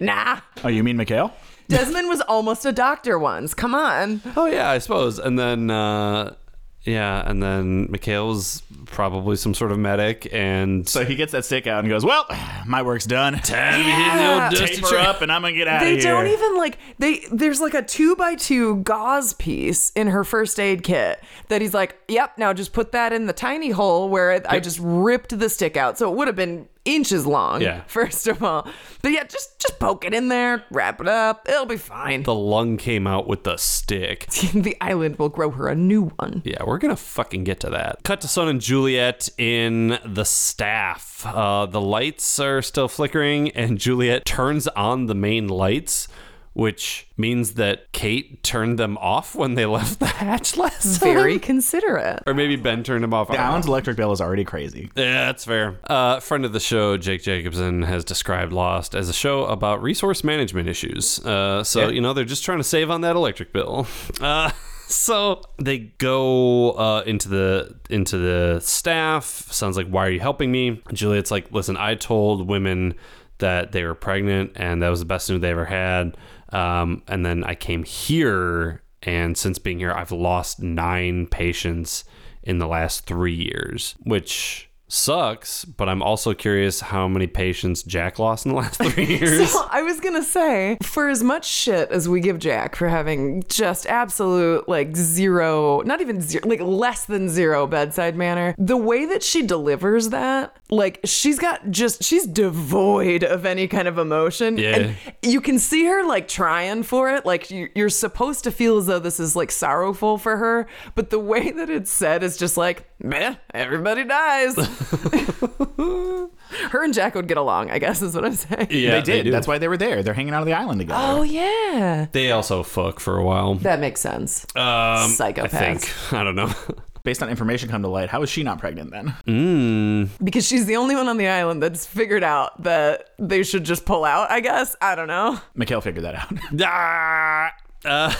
S5: nah.
S4: oh, you mean Mikhail?
S5: Desmond was almost a doctor once. Come on.
S1: Oh yeah, I suppose. And then uh, yeah, and then Mikhail's probably some sort of medic and.
S4: So he gets that stick out and goes, "Well, my work's done.
S1: Time to hit the old dusty
S4: Tape her
S1: trail.
S4: up, and I'm gonna get out
S5: They
S4: of here."
S5: don't even like they there's like a two by two gauze piece in her first aid kit that he's like, Yep, now just put that in the tiny hole where it, I just ripped the stick out. So it would have been inches long.
S1: Yeah.
S5: First of all. But yeah, just just poke it in there, wrap it up, it'll be fine.
S1: The lung came out with the stick.
S5: the island will grow her a new one.
S1: Yeah, we're gonna fucking get to that. Cut to Son and Juliet in the staff. Uh, the lights are still flickering, and Juliet turns on the main lights, which means that Kate turned them off when they left the hatch last time.
S5: Very considerate.
S1: Or maybe Ben turned them off. I
S4: The
S1: don't know.
S4: Allen's electric bill is already crazy.
S1: Yeah, that's fair. Uh, friend of the show, Jake Jacobson, has described Lost as a show about resource management issues. Uh, so, you know, they're just trying to save on that electric bill. Uh, so they go uh, into the into the staff. Sounds like why are you helping me? Juliet's like, listen, I told women that they were pregnant, and that was the best news they ever had. Um, and then I came here, and since being here, I've lost nine patients in the last three years, which sucks. But I'm also curious how many patients Jack lost in the last three years.
S5: Well, I was gonna say, for as much shit as we give Jack for having just absolute like zero, not even zero, like less than zero bedside manner, the way that she delivers that, like she's got just she's devoid of any kind of emotion.
S1: Yeah.
S5: And you can see her like trying for it. Like you, you're supposed to feel as though this is like sorrowful for her, but the way that it's said is just like, meh, everybody dies. her and Jack would get along, I guess, is what I'm saying.
S1: yeah,
S4: they did.
S1: do.
S4: That's why they were there. They're hanging out on the island together.
S5: Oh yeah,
S1: They also fuck for a while.
S5: that makes sense.
S1: Um, I
S5: Psychopaths.
S1: think. I don't know.
S5: Oh.
S4: Based on information come to light, how is she not pregnant then?
S1: Mm.
S5: Because she's the only one on the island that's figured out that they should just pull out. I guess I don't know.
S4: Mikhail figured that out.
S1: Ah!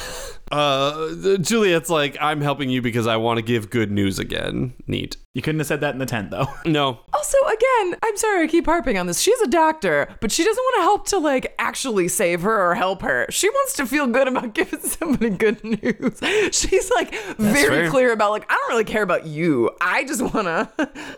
S1: uh, uh, Juliet's like, I'm helping you because I want to give good news again. Neat.
S4: you couldn't have said that in the tent though.
S1: No.
S5: Also, again, I'm sorry I keep harping on this. She's a doctor, but she doesn't want to help to like actually save her or help her. She wants to feel good about giving somebody good news. She's like very
S1: fair.
S5: clear about like I don't really care about you. I just wanna.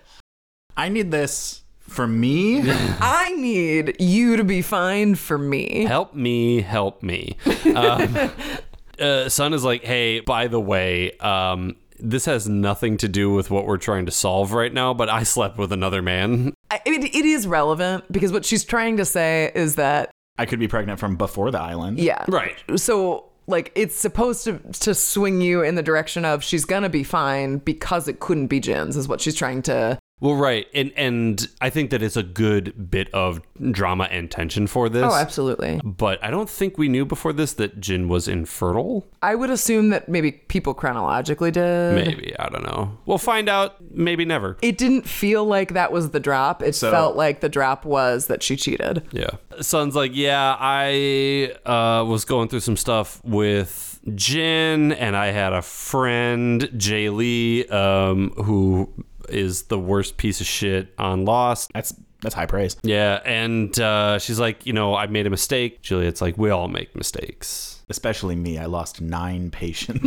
S4: I need this for me.
S5: I need you to be fine for me.
S1: Help me, help me. Um, uh, Son is like, hey, by the way, um, this has nothing to do with what we're trying to solve right now, but I slept with another man.
S5: I, it, it is relevant because what she's trying to say is that
S4: I could be pregnant from before the island.
S5: yeah,
S1: Right.
S5: so like it's supposed to to swing you in the direction of she's gonna be fine because it couldn't be Jin's is what she's trying to
S1: Well, right, and and I think that it's a good bit of drama and tension for
S5: Oh,
S1: this.
S5: absolutely
S1: but I don't think we knew before this that Jin was infertile.
S5: I would assume that maybe people chronologically did
S1: Maybe I don't know. We'll find out. Maybe never.
S5: it didn't feel like that was the drop it
S4: So-
S5: felt like the drop was that she cheated
S1: Yeah. Son's like, yeah, I uh, was going through some stuff with Jin, and I had a friend, Jay Lee, um, who is the worst piece of shit on Lost.
S4: That's that's high praise.
S1: Yeah, and uh, she's like, you know, I made a mistake. Juliet's like, we all make mistakes.
S4: Especially me. I lost nine patients.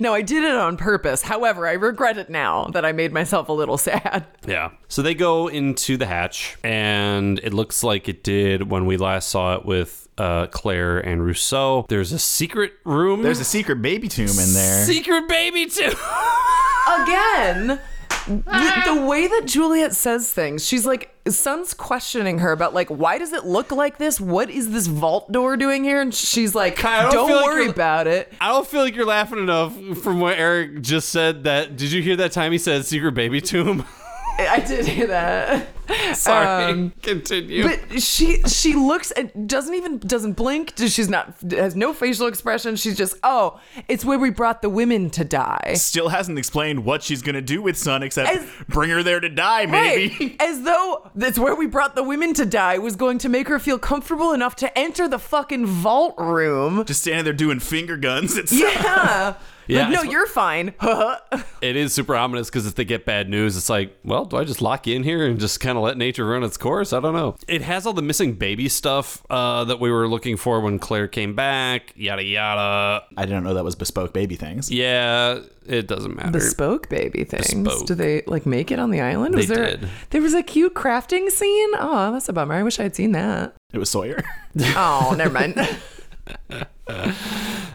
S5: no I did it on purpose however I regret it now that I made myself a little sad
S1: Yeah. So they go into the hatch, and it looks like it did when we last saw it with uh, Claire and Rousseau. There's a secret room.
S4: There's a secret baby tomb in there.
S1: secret baby too.
S5: again the, the way that juliet says things she's like son's questioning her about like why does it look like this what is this vault door doing here and she's like
S1: Kai, I don't
S5: don't,
S1: feel like
S5: worry
S1: you're-
S5: about it
S1: I don't feel like you're laughing enough from what Eric just said. That did you hear that time he said secret baby tomb?
S5: i did hear that
S1: Sorry,
S5: Um,
S1: continue.
S5: but she she looks and doesn't even doesn't blink does- she's not has no facial expression she's just oh it's where we brought the women to die
S4: Still hasn't explained what she's gonna do with Sun except
S5: As-
S4: bring her there to die, maybe.
S5: Right. As though that's where we brought the women to die was going to make her feel comfortable enough to enter the fucking vault room.
S4: Just standing there doing finger guns. It's
S5: Yeah.
S1: Yeah,
S5: Like, no,
S1: it's-
S5: you're fine.
S1: it is super ominous because if they get bad news, it's like, well, do I just lock you in here and just kind of let nature run its course? I don't know. It has all the missing baby stuff uh, that we were looking for when Claire came back. Yada yada.
S4: I didn't know that was bespoke baby things.
S1: Yeah, it doesn't matter.
S5: Bespoke baby things.
S1: Bespoke.
S5: Do they like make it on the island? was
S1: They
S5: there
S1: did.
S5: there was a cute crafting scene? Oh, that's a bummer. I wish I had seen that.
S4: It was Sawyer.
S5: Oh, never mind.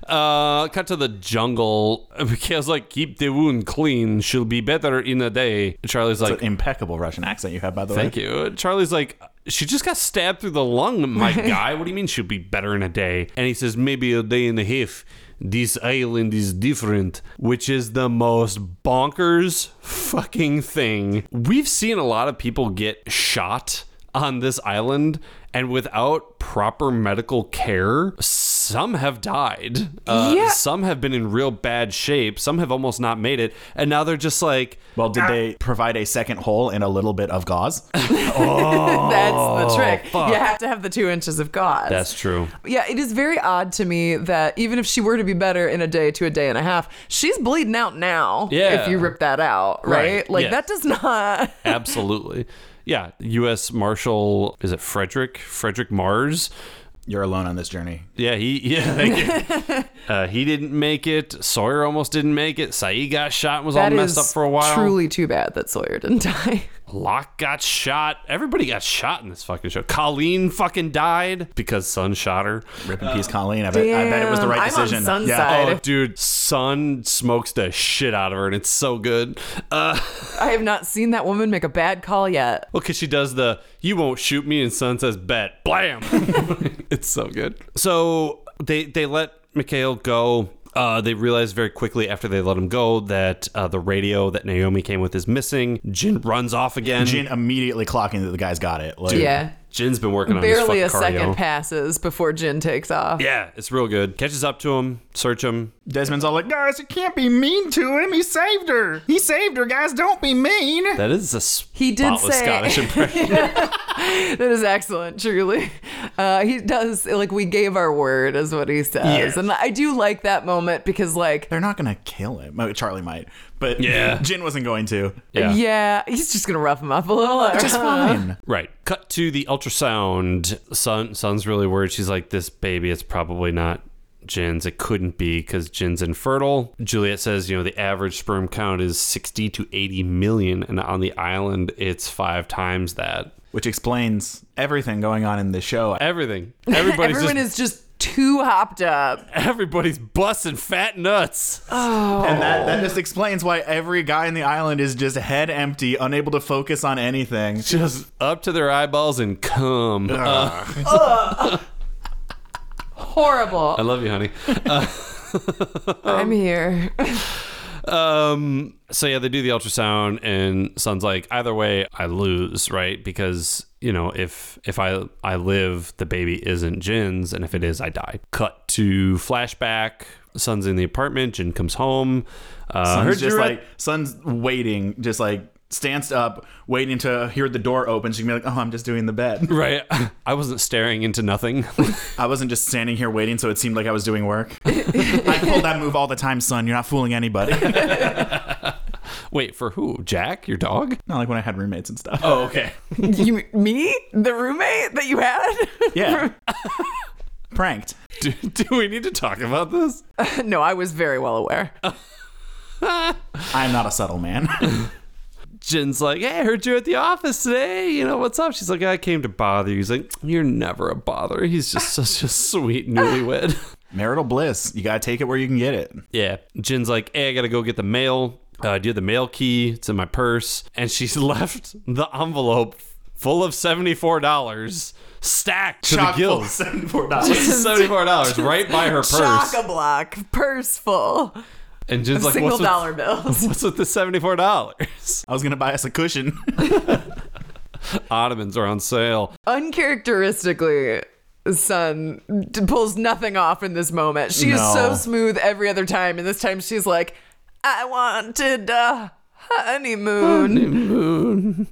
S1: Uh, cut to the jungle. Mikhail's like, keep the wound clean. She'll be better in a day. Charlie's like,
S4: It's an impeccable Russian accent you have, by the
S1: Thank
S4: way.
S1: you. Charlie's like, she just got stabbed through the lung, my guy. What do you mean she'll be better in a day? And he says, maybe a day and a half. This island is different, which is the most bonkers fucking thing. We've seen a lot of people get shot on this island, and without proper medical care, some have died. Uh,
S5: Yeah.
S1: Some have been in real bad shape. Some have almost not made it, and now they're just like,
S4: Well, did they provide a second hole and a little bit of gauze?
S5: That's the trick. You have to have the two inches of gauze.
S1: "That's true."
S5: yeah, it is very odd to me that even if she were to be better in a day to a day and a half, she's bleeding out now.
S1: Yeah.
S5: If you rip that out, right?
S1: Right,
S5: Like
S1: yeah.
S5: that does not.
S1: Absolutely. Yeah, U.S. Marshal is it Frederick Frederick Mars?
S4: You're alone on this journey.
S1: Yeah, he yeah thank you. uh, he didn't make it. Sawyer almost didn't make it. Saeed got shot and was
S5: That
S1: all
S5: is
S1: messed up for a while.
S5: truly too bad that Sawyer didn't die.
S1: Locke got shot. Everybody got shot in this fucking show. Colleen fucking died because Sun shot her.
S4: Rip in peace, Colleen. I bet, I bet it was the right
S5: Uh, Damn, I'm on
S4: decision.
S5: Sun's
S4: yeah.
S5: side.
S1: Oh, dude, Sun smokes the shit out of her, and it's so good. Uh,
S5: I have not seen that woman make a bad call yet.
S1: Well, because she does the "you won't shoot me," and Sun says "bet," blam. it's so good. So they they let Mikhail go. Uh, they realize very quickly after they let him go that uh, the radio that Naomi came with is missing. Jin runs off again.
S4: Jin immediately clocking that the guy's got it. Like,
S5: Yeah.
S1: Jin's been working on
S5: Barely a
S1: his fucking
S5: second
S1: cardio.
S5: passes before Jin takes off.
S1: yeah, it's real good. Catches up to him, search him.
S4: Desmond's all like, guys, you can't be mean to him. He saved her. He saved her, guys. Don't be mean.
S1: That is a
S5: He did
S1: spotless
S5: say-
S1: Scottish impression.
S5: That is excellent, truly. Uh, he does like we gave our word, is what he says, and I do like that moment because like,
S4: They're not going to kill him. Oh, Charlie might. But
S1: Yeah.
S4: Jin wasn't going to.
S5: yeah.
S1: Yeah.
S5: he's just gonna rough him up a little.
S4: Just fine.
S1: Right. Cut to the ultrasound. Son, son's really worried. She's like, "This baby, it's probably not Jin's. It couldn't be because Jin's infertile." Juliet says, "You know, the average sperm count is sixty to eighty million, and on the island, it's five times that."
S4: Which explains everything going on in the show.
S1: Everything. Everybody's
S5: Everyone
S1: just,
S5: is just too hopped up.
S1: everybody's busting fat nuts.
S5: Uh.
S4: And that, that just explains why every guy in the island is just head empty, unable to focus on anything.
S1: Just up to their eyeballs and cum. Uh,
S5: Horrible.
S1: I love you, honey.
S5: I'm here.
S1: Um. So yeah, they do the ultrasound, and Son's like, either way, I lose, right? Because you know, if if I I live, the baby isn't Jin's, and if it is, I die. Cut to flashback. Son's in the apartment. Jin comes home. Uh, I heard
S4: Sun's
S1: you
S4: just
S1: were at-
S4: like Sun's waiting, just like stands up, waiting to hear the door open. She can be like, "Oh, I'm just doing the bed.
S1: right. I wasn't staring into nothing.
S4: I wasn't just standing here waiting, so it seemed like I was doing work." I pull that move all the time, Son. You're not fooling anybody. not
S1: Wait for who? Jack, your dog?
S4: like when I had roommates and stuff. Oh, okay.
S5: you, me, the roommate that you had?
S4: Yeah. Pranked.
S1: Do, do we need to talk about this?
S5: no, I was very well aware.
S4: I'm not a subtle man.
S1: Jin's like, hey, I heard you at the office today. You know, what's up? She's like, I came to bother you. He's like, you're never a bother. He's just such a sweet newlywed.
S4: Marital bliss. You gotta take it where you can get it.
S1: yeah. Jin's like, hey, I got to go get the mail. Uh, do you have the mail key? It's in my purse. And she's left the envelope full of $74 stacked to the gills.
S4: Seventy-four dollars.
S1: $74 right by her
S5: Chock
S1: purse.
S5: a block, purse full,
S1: And Jin's like,
S5: single
S1: what's with,
S5: dollar bills.
S1: what's with the $74?
S4: I was gonna buy us a cushion.
S1: Ottomans are on sale.
S5: uncharacteristically Sun d- pulls nothing off in this moment. She is
S4: No.
S5: so smooth every other time, and this time she's like, "I wanted a honeymoon."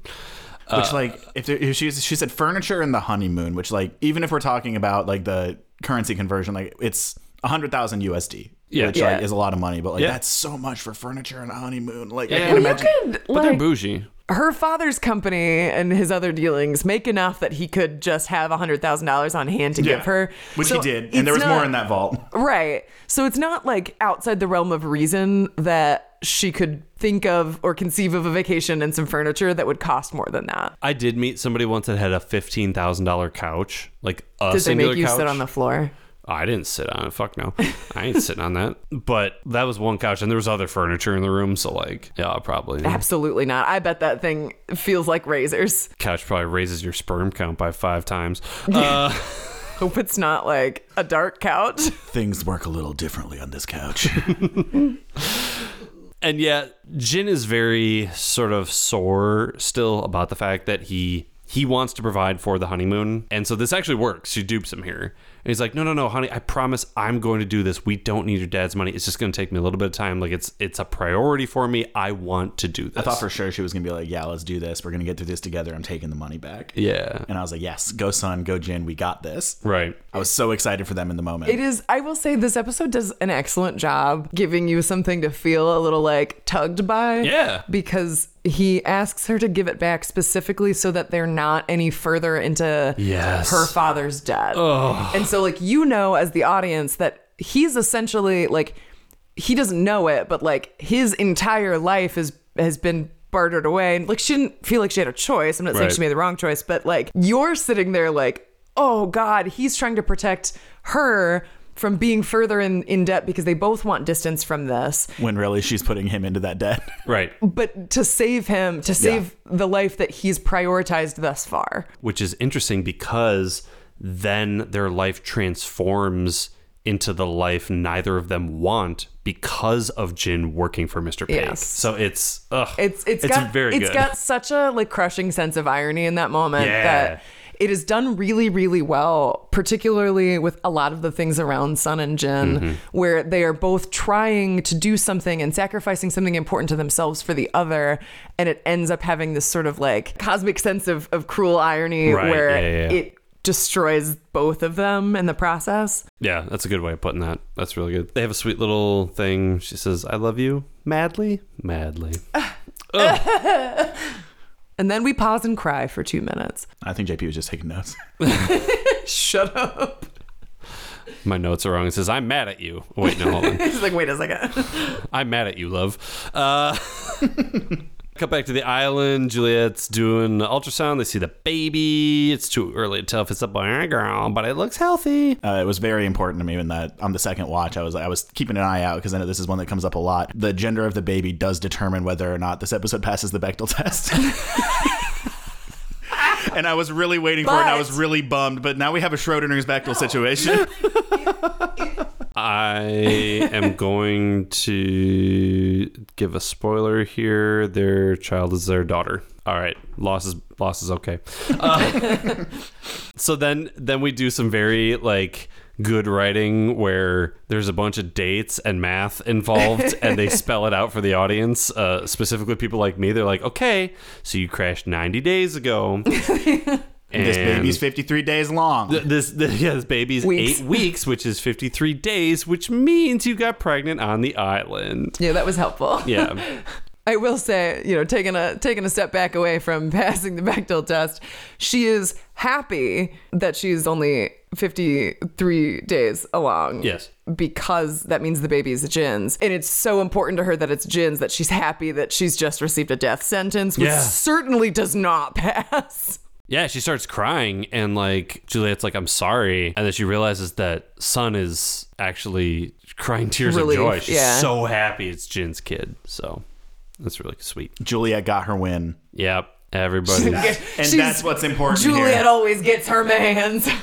S1: Uh,
S4: which like if, there, if she she said furniture and the honeymoon, which like even if we're talking about like the currency conversion, like it's a hundred thousand USD.
S1: Yeah.
S4: which
S5: Yeah.
S4: like is a lot of money, but like
S1: Yeah.
S4: that's so much for furniture and a honeymoon. Like I
S1: Yeah.
S4: can't
S1: Well,
S4: imagine.
S5: Could,
S1: But they're
S5: like,
S1: bougie.
S5: her father's company and his other dealings make enough that he could just have hundred thousand dollars on hand to
S4: Yeah.
S5: give her,
S4: which
S5: So
S4: he did, and there
S5: it's
S4: was more
S5: not-
S4: in that vault.
S5: Right. So it's not like outside the realm of reason that she could think of or conceive of a vacation and some furniture that would cost more than that.
S1: I did meet somebody once that had a fifteen thousand dollar couch, like a
S5: Did they
S1: singular
S5: make you
S1: couch.
S5: sit on the floor?
S1: I didn't sit on it. Fuck no, I ain't sitting on that. But that was one couch, and there was other furniture in the room. So like, yeah, probably
S5: Absolutely not. I bet that thing feels like razors.
S1: couch probably raises your sperm count by five times. Uh,
S5: Hope it's not like a dark couch.
S4: Things work a little differently on this couch.
S1: and yet, Jin is very sort of sore still about the fact that he he wants to provide for the honeymoon. And so this actually works. She dupes him here. And he's like, "No, no, no, honey, I promise I'm going to do this. We don't need your dad's money. It's just going to take me a little bit of time. Like it's it's a priority for me. I want to do this."
S4: I thought for sure she was gonna be like, "Yeah, let's do this. We're gonna get through this together. I'm taking the money back."
S1: yeah.
S4: And I was like, "Yes, go son, go Jin. We got this."
S1: Right.
S4: I was so excited for them in the moment.
S5: It is, I will say, this episode does an excellent job giving you something to feel a little like tugged by.
S1: Yeah.
S5: Because he asks her to give it back specifically so that they're not any further into
S1: Yes.
S5: her father's debt. And so, like, you know, as the audience, that he's essentially like, he doesn't know it, but like his entire life is has been bartered away. And like, she didn't feel like she had a choice. I'm not saying
S1: Right.
S5: she made the wrong choice, but like, you're sitting there like, oh God, he's trying to protect her from being further in, in debt because they both want distance from this
S4: when really she's putting him into that debt.
S1: Right.
S5: but to save him, to save the life that he's prioritized thus far.
S1: which is interesting because then their life transforms into the life neither of them want because of Jin working for Mr. Pink.
S5: Yes.
S1: So it's ugh,
S5: It's it's got
S1: very
S5: it's
S1: good.
S5: got such a like crushing sense of irony in that moment
S1: Yeah.
S5: that it is done really really well, particularly with a lot of the things around Sun and Jin,
S1: Mm-hmm.
S5: where they are both trying to do something and sacrificing something important to themselves for the other, and it ends up having this sort of like cosmic sense of of cruel irony
S1: Right,
S5: where
S1: yeah, yeah, yeah.
S5: it destroys both of them in the process.
S1: yeah, that's a good way of putting that. That's really good. They have a sweet little thing. She says, I love you. Madly? Madly.
S5: And then we pause and cry for two minutes.
S4: I think JP was just taking notes.
S5: Shut up.
S1: My notes are wrong. It says, I'm mad at you. Wait, no, hold on.
S5: He's like, wait a second.
S1: I'm mad at you, love. Uh, cut back to the island. Juliet's doing the ultrasound. They see the baby. It's too early to tell if it's a boy or a girl, but it looks healthy.
S4: Uh, it was very important to me when that on the second watch, I was I was keeping an eye out because I know this is one that comes up a lot. The gender of the baby does determine whether or not this episode passes the Bechtel test. and I was really waiting for it, and I was
S5: But-
S4: really bummed. But now we have a Schrodinger's Bechtel situation.
S1: I am going to give a spoiler here. Their child is their daughter. All right, loss is loss is okay. Uh, so then then we do some very like good writing where there's a bunch of dates and math involved and they spell it out for the audience uh, specifically people like me they're like okay so you crashed 90 days ago and
S4: this baby's 53 days long.
S1: this, this yeah, this baby's
S5: Weeks.
S1: eight weeks, which is fifty three days, which means you got pregnant on the island.
S5: Yeah, that was helpful.
S1: Yeah,
S5: I will say, you know, taking a taking a step back away from passing the Bechdel test, she is happy that she's only 53 days along.
S1: Yes.
S5: Because that means the baby is Jin's. And it's so important to her that it's Jin's that she's happy that she's just received a death sentence, which
S1: Yeah.
S5: certainly does not pass.
S1: yeah. She starts crying, and like Juliet's like, "I'm sorry," and then she realizes that Sun is actually crying tears
S5: Relief,
S1: of joy. She's
S5: yeah.
S1: so happy it's Jin's kid. So that's really sweet.
S4: Juliet got her win.
S1: Yep, everybody.
S4: And
S5: She's-
S4: that's what's important
S5: Juliet
S4: here.
S5: always gets her man's.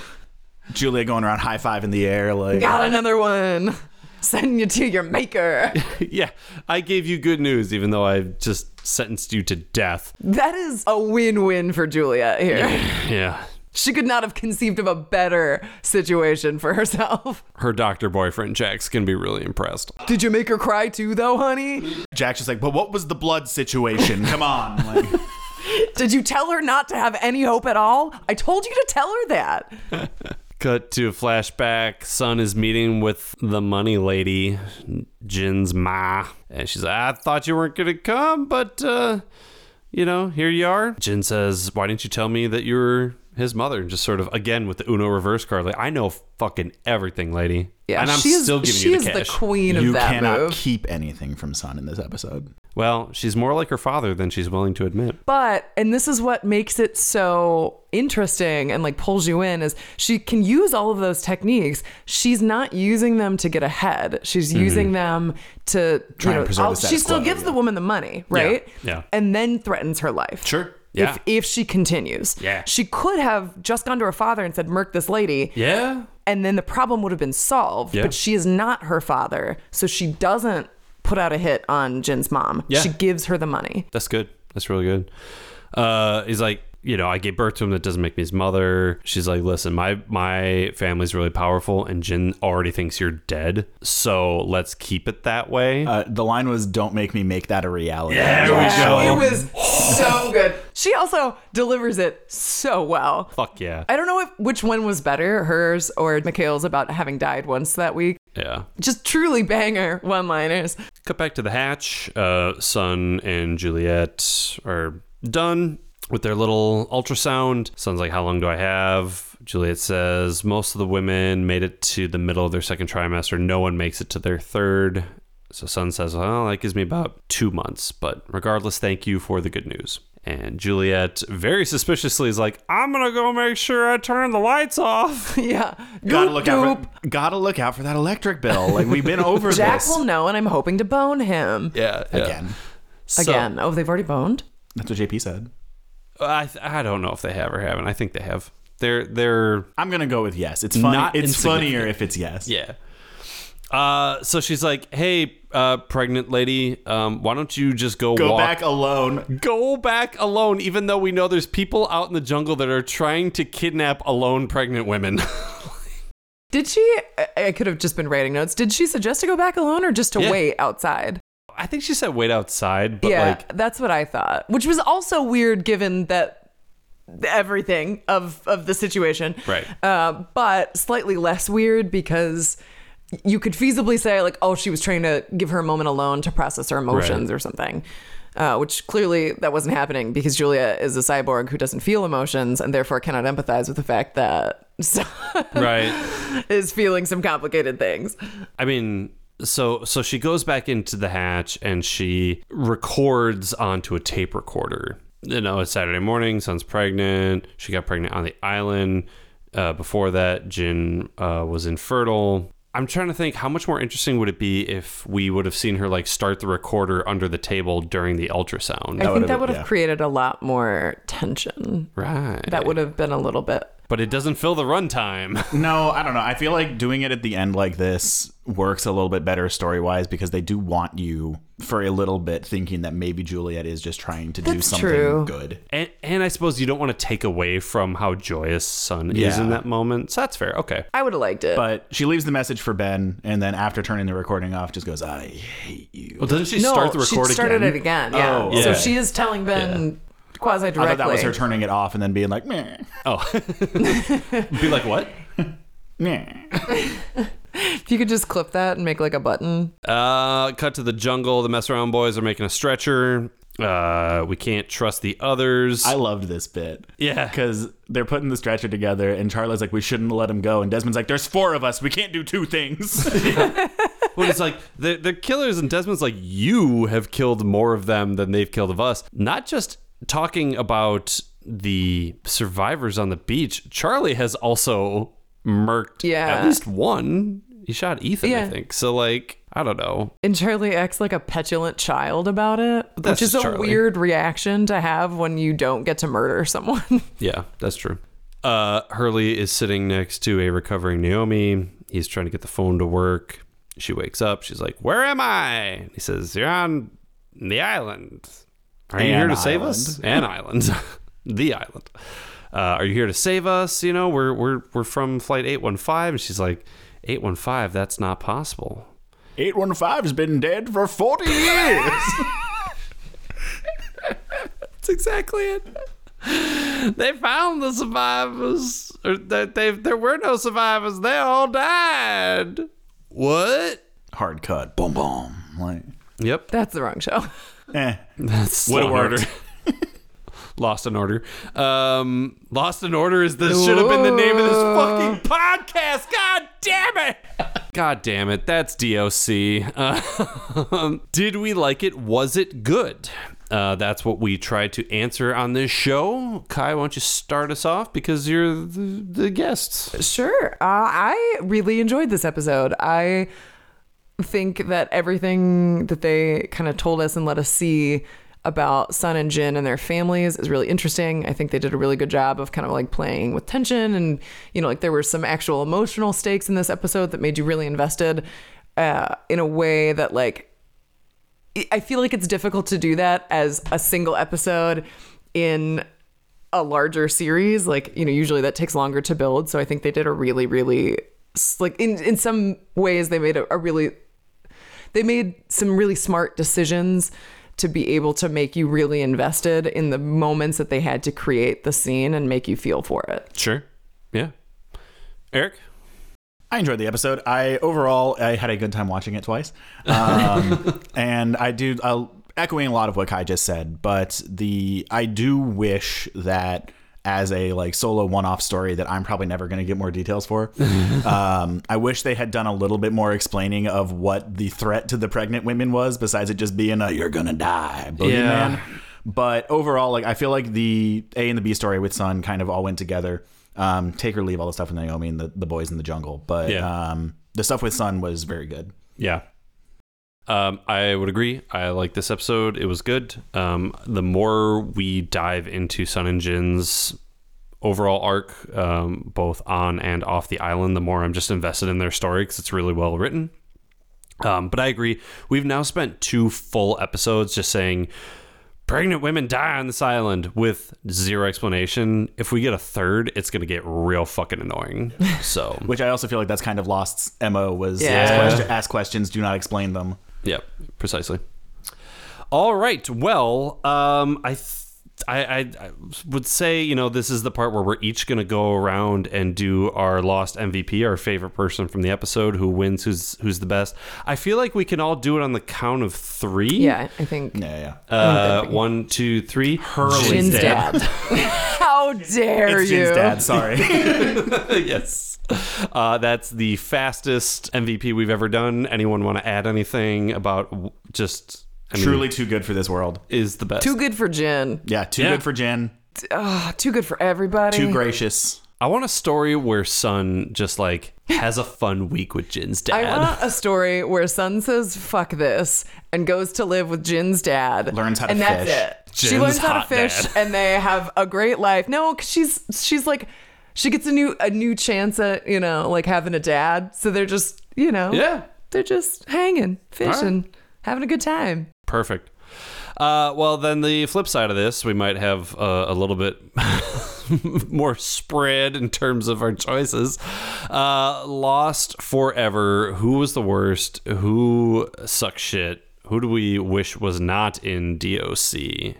S4: Julia going around high five in the air, like
S5: Got another one. Send you to your maker.
S1: yeah, I gave you good news, even though I just sentenced you to death.
S5: That is a win win for Juliet here.
S1: Yeah.
S5: She could not have conceived of a better situation for herself.
S1: Her doctor boyfriend Jack's gonna be really impressed.
S5: Did you make her cry too, though, honey?
S4: Jack's just like, but what was the blood situation? Come on. Like,
S5: Did you tell her not to have any hope at all? I told you to tell her that.
S1: Cut to a flashback. Son is meeting with the money lady, Jin's ma, and she's like, "I thought you weren't gonna come, but uh, you know, here you are." Jin says, "Why didn't you tell me that you were his mother?" And just sort of again with the Uno reverse card, like, "I know fucking everything, lady."
S5: Yeah,
S1: and I'm
S5: she is-
S1: still giving
S5: she
S1: you
S5: is
S1: the
S5: the
S1: cash.
S5: queen of
S4: you
S5: that
S4: cannot
S5: move.
S4: keep anything from Sun in this episode.
S1: well, she's more like her father than she's willing to admit.
S5: But and this is what makes it so interesting and like pulls you in is she can use all of those techniques. She's not using them to get ahead. She's
S1: Mm-hmm.
S5: using them to
S4: Try and preserve the
S5: oh, she
S4: status
S5: still
S4: quo,
S5: gives the
S4: yeah.
S5: woman the money, right?
S1: yeah.
S5: And then threatens her life.
S1: Sure. Yeah.
S5: If, if she continues.
S1: Yeah.
S5: She could have just gone to her father and said, Murk this lady
S1: Yeah.
S5: and then the problem would have been solved.
S1: Yeah.
S5: But she is not her father, so she doesn't put out a hit on Jin's mom.
S1: Yeah.
S5: She gives her the money.
S1: That's good. That's really good. Uh, he's like, you know, I gave birth to him. That doesn't make me his mother. She's like, listen, my my family's really powerful, and Jin already thinks you're dead. So let's keep it that way.
S4: Uh, the line was, "Don't make me make that a reality."
S5: Yeah, It was so good. She also delivers it so well.
S1: Fuck yeah,
S5: I don't know if, which one was better, hers or Mikhail's about having died once that week.
S1: yeah.
S5: Just truly banger one liners.
S1: Cut back to the hatch. Uh, Son and Juliet are done with their little ultrasound. Son's like, How long do I have? Juliet says, Most of the women made it to the middle of their second trimester. No one makes it to their third. So Son says, Well, that gives me about two months. But regardless, thank you for the good news. And Juliet very suspiciously is like, I'm going to go make sure I turn the lights off.
S5: Yeah.
S4: Gotta
S5: Goop,
S4: look out.
S5: goop.
S4: For, gotta look out for that electric bill. Like we've been over
S5: Jack
S4: this
S5: will know, and I'm hoping to bone him
S1: Yeah.
S4: again.
S1: So-
S5: again. Oh, they've already boned.
S4: That's what JP said.
S1: I, I don't know if they have or haven't. I think they have. They're, they're
S4: I'm gonna go with yes. It's funny.
S1: Not
S4: it's
S1: insignificant.
S4: funnier if it's yes.
S1: Yeah. Uh, so she's like, "Hey, uh, pregnant lady, um, why don't you just go,
S4: Go
S1: walk-
S4: back alone.
S1: go back alone? Even though we know there's people out in the jungle that are trying to kidnap alone pregnant women."
S5: Did she? I- I could have just been writing notes. Did she suggest to go back alone or just to
S1: Yeah.
S5: wait outside?
S1: I think she said, "Wait outside," but
S5: yeah,
S1: like,
S5: that's what I thought, which was also weird given that everything of of the situation,
S1: Right.
S5: Uh, but slightly less weird because you could feasibly say like, oh, she was trying to give her a moment alone to process her emotions or something. Uh, which clearly that wasn't happening because Julia is a cyborg who doesn't feel emotions and therefore cannot empathize with the fact that
S1: right?
S5: is feeling some complicated things.
S1: I mean, so so she goes back into the hatch and she records onto a tape recorder. You know, it's Saturday morning. Son's pregnant. She got pregnant on the island. Uh, before that, Jin uh, was infertile. I'm trying to think how much more interesting would it be if we would have seen her like start the recorder under the table during the ultrasound.
S5: I think
S4: would've
S5: that
S4: been-
S5: would have
S4: yeah.
S5: created a lot more tension.
S1: right.
S5: That would have been a little bit.
S1: but it doesn't fill the runtime.
S4: No, I don't know. I feel like doing it at the end like this works a little bit better story wise because they do want you for a little bit thinking that maybe Juliet is just trying to do
S5: That's
S4: something
S5: true.
S4: good.
S1: And, and I suppose you don't want to take away from how joyous Sun is
S4: Yeah.
S1: in that moment. So that's fair. Okay.
S5: I would have liked it.
S4: But she leaves the message for Ben, and then after turning the recording off, just goes, "I hate you."
S1: Well, doesn't she
S5: no,
S1: start the
S5: she
S1: record
S5: started
S1: again?
S5: it again. Yeah.
S4: Oh,
S5: So
S1: okay.
S5: she is telling Ben quasi directly.
S4: I thought that was her turning it off and then being like, "Meh,
S1: Be like, what?
S4: meh."
S5: If you could just clip that and make like a button.
S1: Uh, cut to the jungle. The mess around boys are making a stretcher. Uh, we can't trust the others.
S4: I loved this bit.
S1: Yeah.
S4: Because they're putting the stretcher together, and Charlie's like, we shouldn't let him go. And Desmond's like, there's four of us. We can't do two things.
S1: When it's like they're, they're killers, and Desmond's like, you have killed more of them than they've killed of us. Not just talking about the survivors on the beach. Charlie has also murked
S5: Yeah.
S1: at least one. He shot Ethan, I
S5: Yeah.
S1: think. So like, I don't know.
S5: And Charlie acts like a petulant child about it,
S1: that's
S5: which is
S1: just
S5: a
S1: Charlie.
S5: weird reaction to have when you don't get to murder someone.
S1: Yeah, that's true. Uh, Hurley is sitting next to a recovering Naomi. He's trying to get the phone to work. She wakes up. She's like, "Where am I?" He says, "You're on the island. Are you
S4: An
S1: here to save
S4: island.
S1: us? An island, the island. Uh, are you here to save us? You know, we're we're we're from flight eight one five. And she's like, eight one five. That's not possible.
S4: 815's been dead for 40 years.
S1: That's exactly it. They found the survivors. Or they, they, there were no survivors. They all died. What?
S4: Hard cut. Boom, boom. Like,
S1: Yep.
S5: That's the wrong show.
S4: eh.
S1: That's
S4: Would've
S1: Law and
S4: worked.
S1: Order. Lost in Order. Um, Lost in Order is this should have been the name of this fucking podcast. God damn it! God damn it! That's DOC. Uh, did we like it? Was it good? Uh, that's what we try to answer on this show. Kai, why don't you start us off because you're the, the guest?
S5: Sure. Uh, I really enjoyed this episode. I think that everything that they kind of told us and let us see about Sun and Jin and their families is really interesting. I think they did a really good job of kind of like playing with tension and, you know, like there were some actual emotional stakes in this episode that made you really invested uh, in a way that, like, I feel like it's difficult to do that as a single episode in a larger series like you know usually that takes longer to build so i think they did a really really s- like in in some ways they made a, a really they made some really smart decisions to be able to make you really invested in the moments that they had to create the scene and make you feel for it
S1: Sure. Yeah. Eric?
S4: I enjoyed the episode. I overall I had a good time watching it twice, um, and I do I'll, echoing a lot of what Kai just said. But the I do wish that as a like solo one-off story that I'm probably never going to get more details for. um, I wish they had done a little bit more explaining of what the threat to the pregnant women was, besides it just being a "you're gonna die" boogeyman. But overall, like I feel like the A and the B story with Sun kind of all went together. Um, take or leave all the stuff with Naomi and the, the boys in the jungle. But
S1: Yeah.
S4: um, the stuff with Sun was very good.
S1: Yeah. Um, I would agree. I like this episode. It was good. Um, the more we dive into Sun and Jin's overall arc, um, both on and off the island, the more I'm just invested in their story because it's really well written. Um, but I agree. We've now spent two full episodes just saying pregnant women die on this island with zero explanation. If we get a third, it's going to get real fucking annoying. So,
S4: Which I also feel like that's kind of Lost's mo was
S5: Yeah.
S4: ask, question- ask questions, do not explain them.
S1: Yep, precisely. All right. Well, um, I, th- I, I, I would say you know this is the part where we're each going to go around and do our lost MVP, our favorite person from the episode, who wins, who's who's the best. I feel like we can all do it on the count of three.
S5: yeah i think
S4: Yeah, yeah.
S1: Uh, one, two, three.
S5: Jin's dad. How dare
S4: it's
S5: you?
S4: Jin's dad. Sorry.
S1: yes. Uh, that's the fastest MVP we've ever done. Anyone want to add anything about w- just I mean,
S4: Truly too good for this world.
S1: is the best?
S5: Too good for Jin.
S4: Yeah, too
S1: Yeah.
S4: good for Jen.
S5: Ah, too good for everybody.
S4: Too gracious.
S1: I want a story where Sun just like has a fun week with Jin's
S5: I
S1: dad.
S5: want a story where Sun says "fuck this" and goes to live with Jin's dad.
S4: Learns how to
S5: and that's
S4: fish.
S5: it. she
S1: Jin's
S5: learns how to
S1: hot
S5: fish,
S1: dad.
S5: and they have a great life. No, 'cause she's she's like she gets a new a new chance at you know like having a dad. So they're just you know
S1: yeah,
S5: they're just hanging, fishing, having a good time.
S1: perfect. Uh, well, then the flip side of this, we might have uh, a little bit more spread in terms of our choices. Uh, Lost forever. Who was the worst? Who sucks shit? Who do we wish was not in DOC?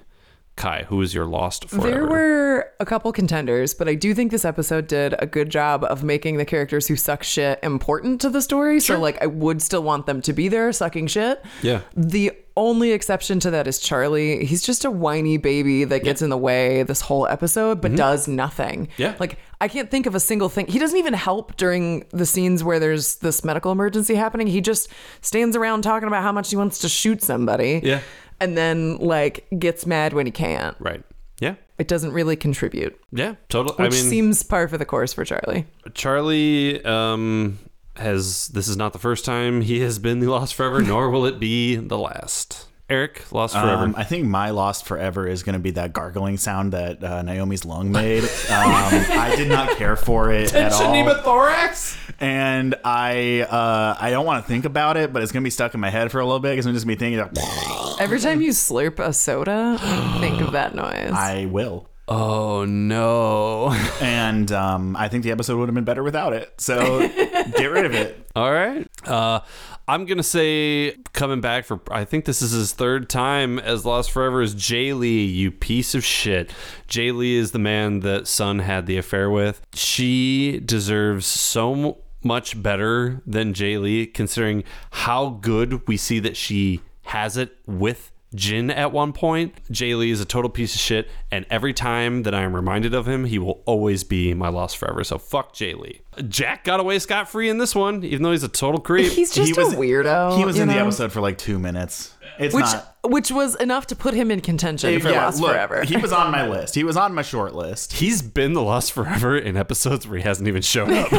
S1: Kai, who is your Lost forever?
S5: There were a couple contenders, but I do think this episode did a good job of making the characters who suck shit important to the story. So, like, I would still want them to be there sucking shit.
S1: Yeah.
S5: The only exception to that is Charlie. He's just a whiny baby that gets in the way this whole episode,
S4: Mm-hmm.
S5: but does nothing.
S1: Yeah.
S5: Like, I can't think of a single thing. He doesn't even help during the scenes where there's this medical emergency happening. He just stands around talking about how much he wants to shoot somebody.
S1: Yeah.
S5: And then, like, gets mad when he can't
S1: right. Yeah.
S5: it doesn't really contribute,
S1: Yeah. Total. I
S5: which
S1: mean,
S5: seems par for the course for Charlie.
S1: Charlie um, has. This is not the first time he has been the Lost Forever, nor will it be the last. Eric, Lost Forever.
S4: Um, I think my lost forever is going to be that gargling sound that uh, Naomi's lung made. Um, I did not care for it at all.
S1: pneumothorax.
S4: and I uh, I don't want to think about it, but it's gonna be stuck in my head for a little bit because I'm just gonna be thinking, like,
S5: Every time you slurp a soda, I think of that noise.
S4: I will.
S1: Oh no!
S4: And um, I think the episode would have been better without it. So get rid of it.
S1: all right. Uh, I'm gonna say coming back for. I think this is his third time as Lost Forever is Jay Lee. You piece of shit. Jay Lee is the man that Sun had the affair with. She deserves so. m- much better than Jay Lee, considering how good we see that she has it with Jin at one point. Jay Lee is a total piece of shit, and every time that I am reminded of him, he will always be my loss forever. So fuck Jay Lee. Jack got away scot free in this one, even though he's a total creep.
S5: He's just
S4: was
S5: a weirdo.
S4: He was
S5: you
S4: in the
S5: know?
S4: episode for like two minutes. It's
S5: which
S4: not.
S5: which was enough to put him in contention for
S4: Yeah,
S5: Lost
S4: look,
S5: Forever.
S4: he was on my list. He was on my short list.
S1: he's been the lost forever in episodes where he hasn't even shown up.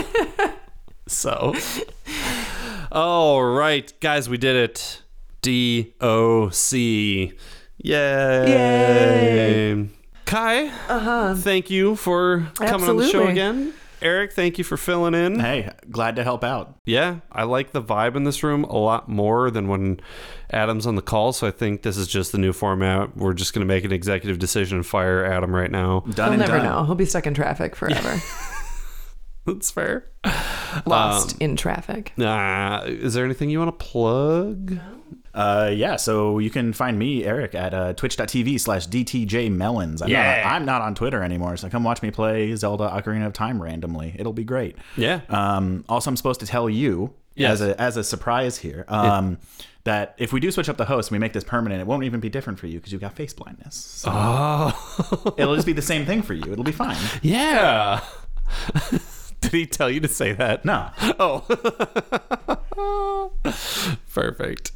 S1: so, all right, guys, we did it. D O C, yay! Kai, uh-huh. thank you for coming on the show
S5: Absolutely.
S1: again. Eric, thank you for filling in.
S4: Hey, glad to help out.
S1: Yeah, I like the vibe in this room a lot more than when Adam's on the call. So I think this is just the new format. We're just going to make an executive decision and fire Adam right now.
S4: Done
S5: He'll
S4: and
S5: never
S4: done.
S5: know. He'll be stuck in traffic forever.
S1: That's fair.
S5: Lost
S4: Um,
S5: in traffic.
S1: Uh, is there anything you want to plug?
S4: Uh, yeah, so you can find me, Eric, at uh, twitch.tv slash dtjmelons. I'm,
S1: Yeah.
S4: not, I'm not on Twitter anymore, so come watch me play Zelda Ocarina of Time randomly. It'll be great.
S1: Yeah.
S4: Um, also, I'm supposed to tell you
S1: Yes.
S4: as, a, as a surprise here um, that if we do switch up the host and we make this permanent, it won't even be different for you because you've got face blindness. So it'll just be the same thing for you. It'll be fine.
S1: yeah. Did he tell you to say that?
S4: No.
S1: Oh. Perfect.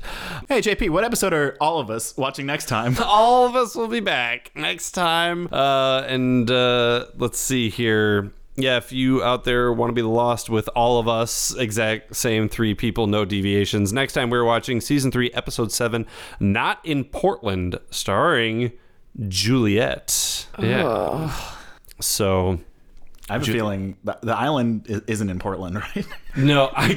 S4: Hey, JP, what episode are all of us watching next time?
S1: all of us will be back next time. Uh, and uh, let's see here. Yeah, if you out there want to be lost with all of us, exact same three people, no deviations. Next time we're watching season three, episode seven, Not in Portland, starring Juliet. Yeah. So,
S4: I have a feeling the, the island i- isn't in Portland, right?
S1: no, I.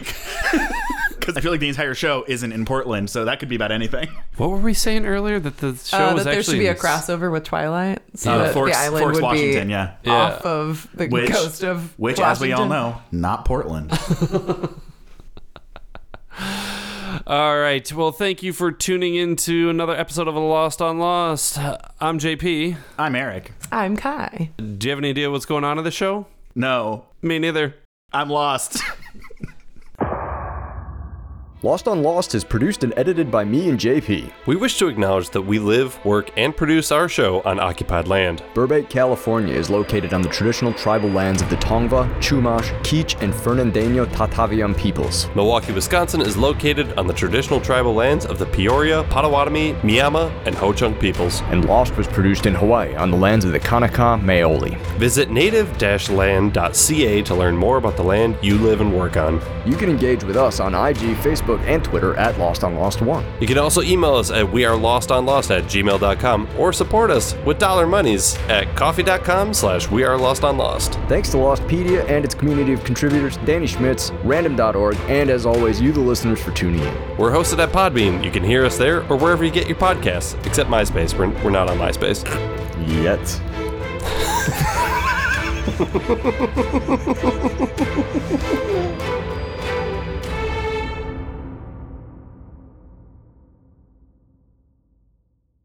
S4: Because I feel like the entire show isn't in Portland, so that could be about anything.
S1: What were we saying earlier? That the show
S5: Uh,
S1: was
S5: that there
S1: actually.
S5: should be a
S1: in-
S5: crossover with Twilight, so
S4: Uh,
S5: that
S4: Forks,
S5: the island
S4: Forks,
S5: would
S4: Washington,
S5: be
S4: yeah.
S5: off of the
S4: Which,
S5: coast of
S4: which as we all
S5: Washington.
S4: know, not Portland.
S1: All right. Well, thank you for tuning in to another episode of Lost on Lost. I'm JP.
S4: I'm Eric.
S5: I'm Kai.
S1: Do you have any idea what's going on in the show?
S4: No,
S1: Me neither.
S4: I'm lost.
S2: Lost on Lost is produced and edited by me and JP,
S7: We wish to acknowledge that we live, work, and produce our show on occupied land.
S2: Burbank, California is located on the traditional tribal lands of the Tongva, Chumash, Keech, and Fernandeño Tataviam peoples.
S7: Milwaukee, Wisconsin is located on the traditional tribal lands of the Peoria, Potawatomi, Miama, and Ho-Chunk peoples.
S2: And Lost was produced in Hawaii on the lands of the Kanaka Maoli.
S7: Visit native-land.ca to learn more about the land you live and work on.
S2: You can engage with us on IG, Facebook, and Twitter at Lost on Lost One.
S7: You can also email us at wearelostonlost at gmail.com or support us with dollar monies at coffee.com slash wearelostonlost.
S2: Thanks to Lostpedia and its community of contributors, Danny Schmitz, Random.org, and as always, you the listeners for tuning in.
S7: We're hosted at Podbean. You can hear us there or wherever you get your podcasts, except MySpace. We're, we're not on MySpace.
S2: Yet.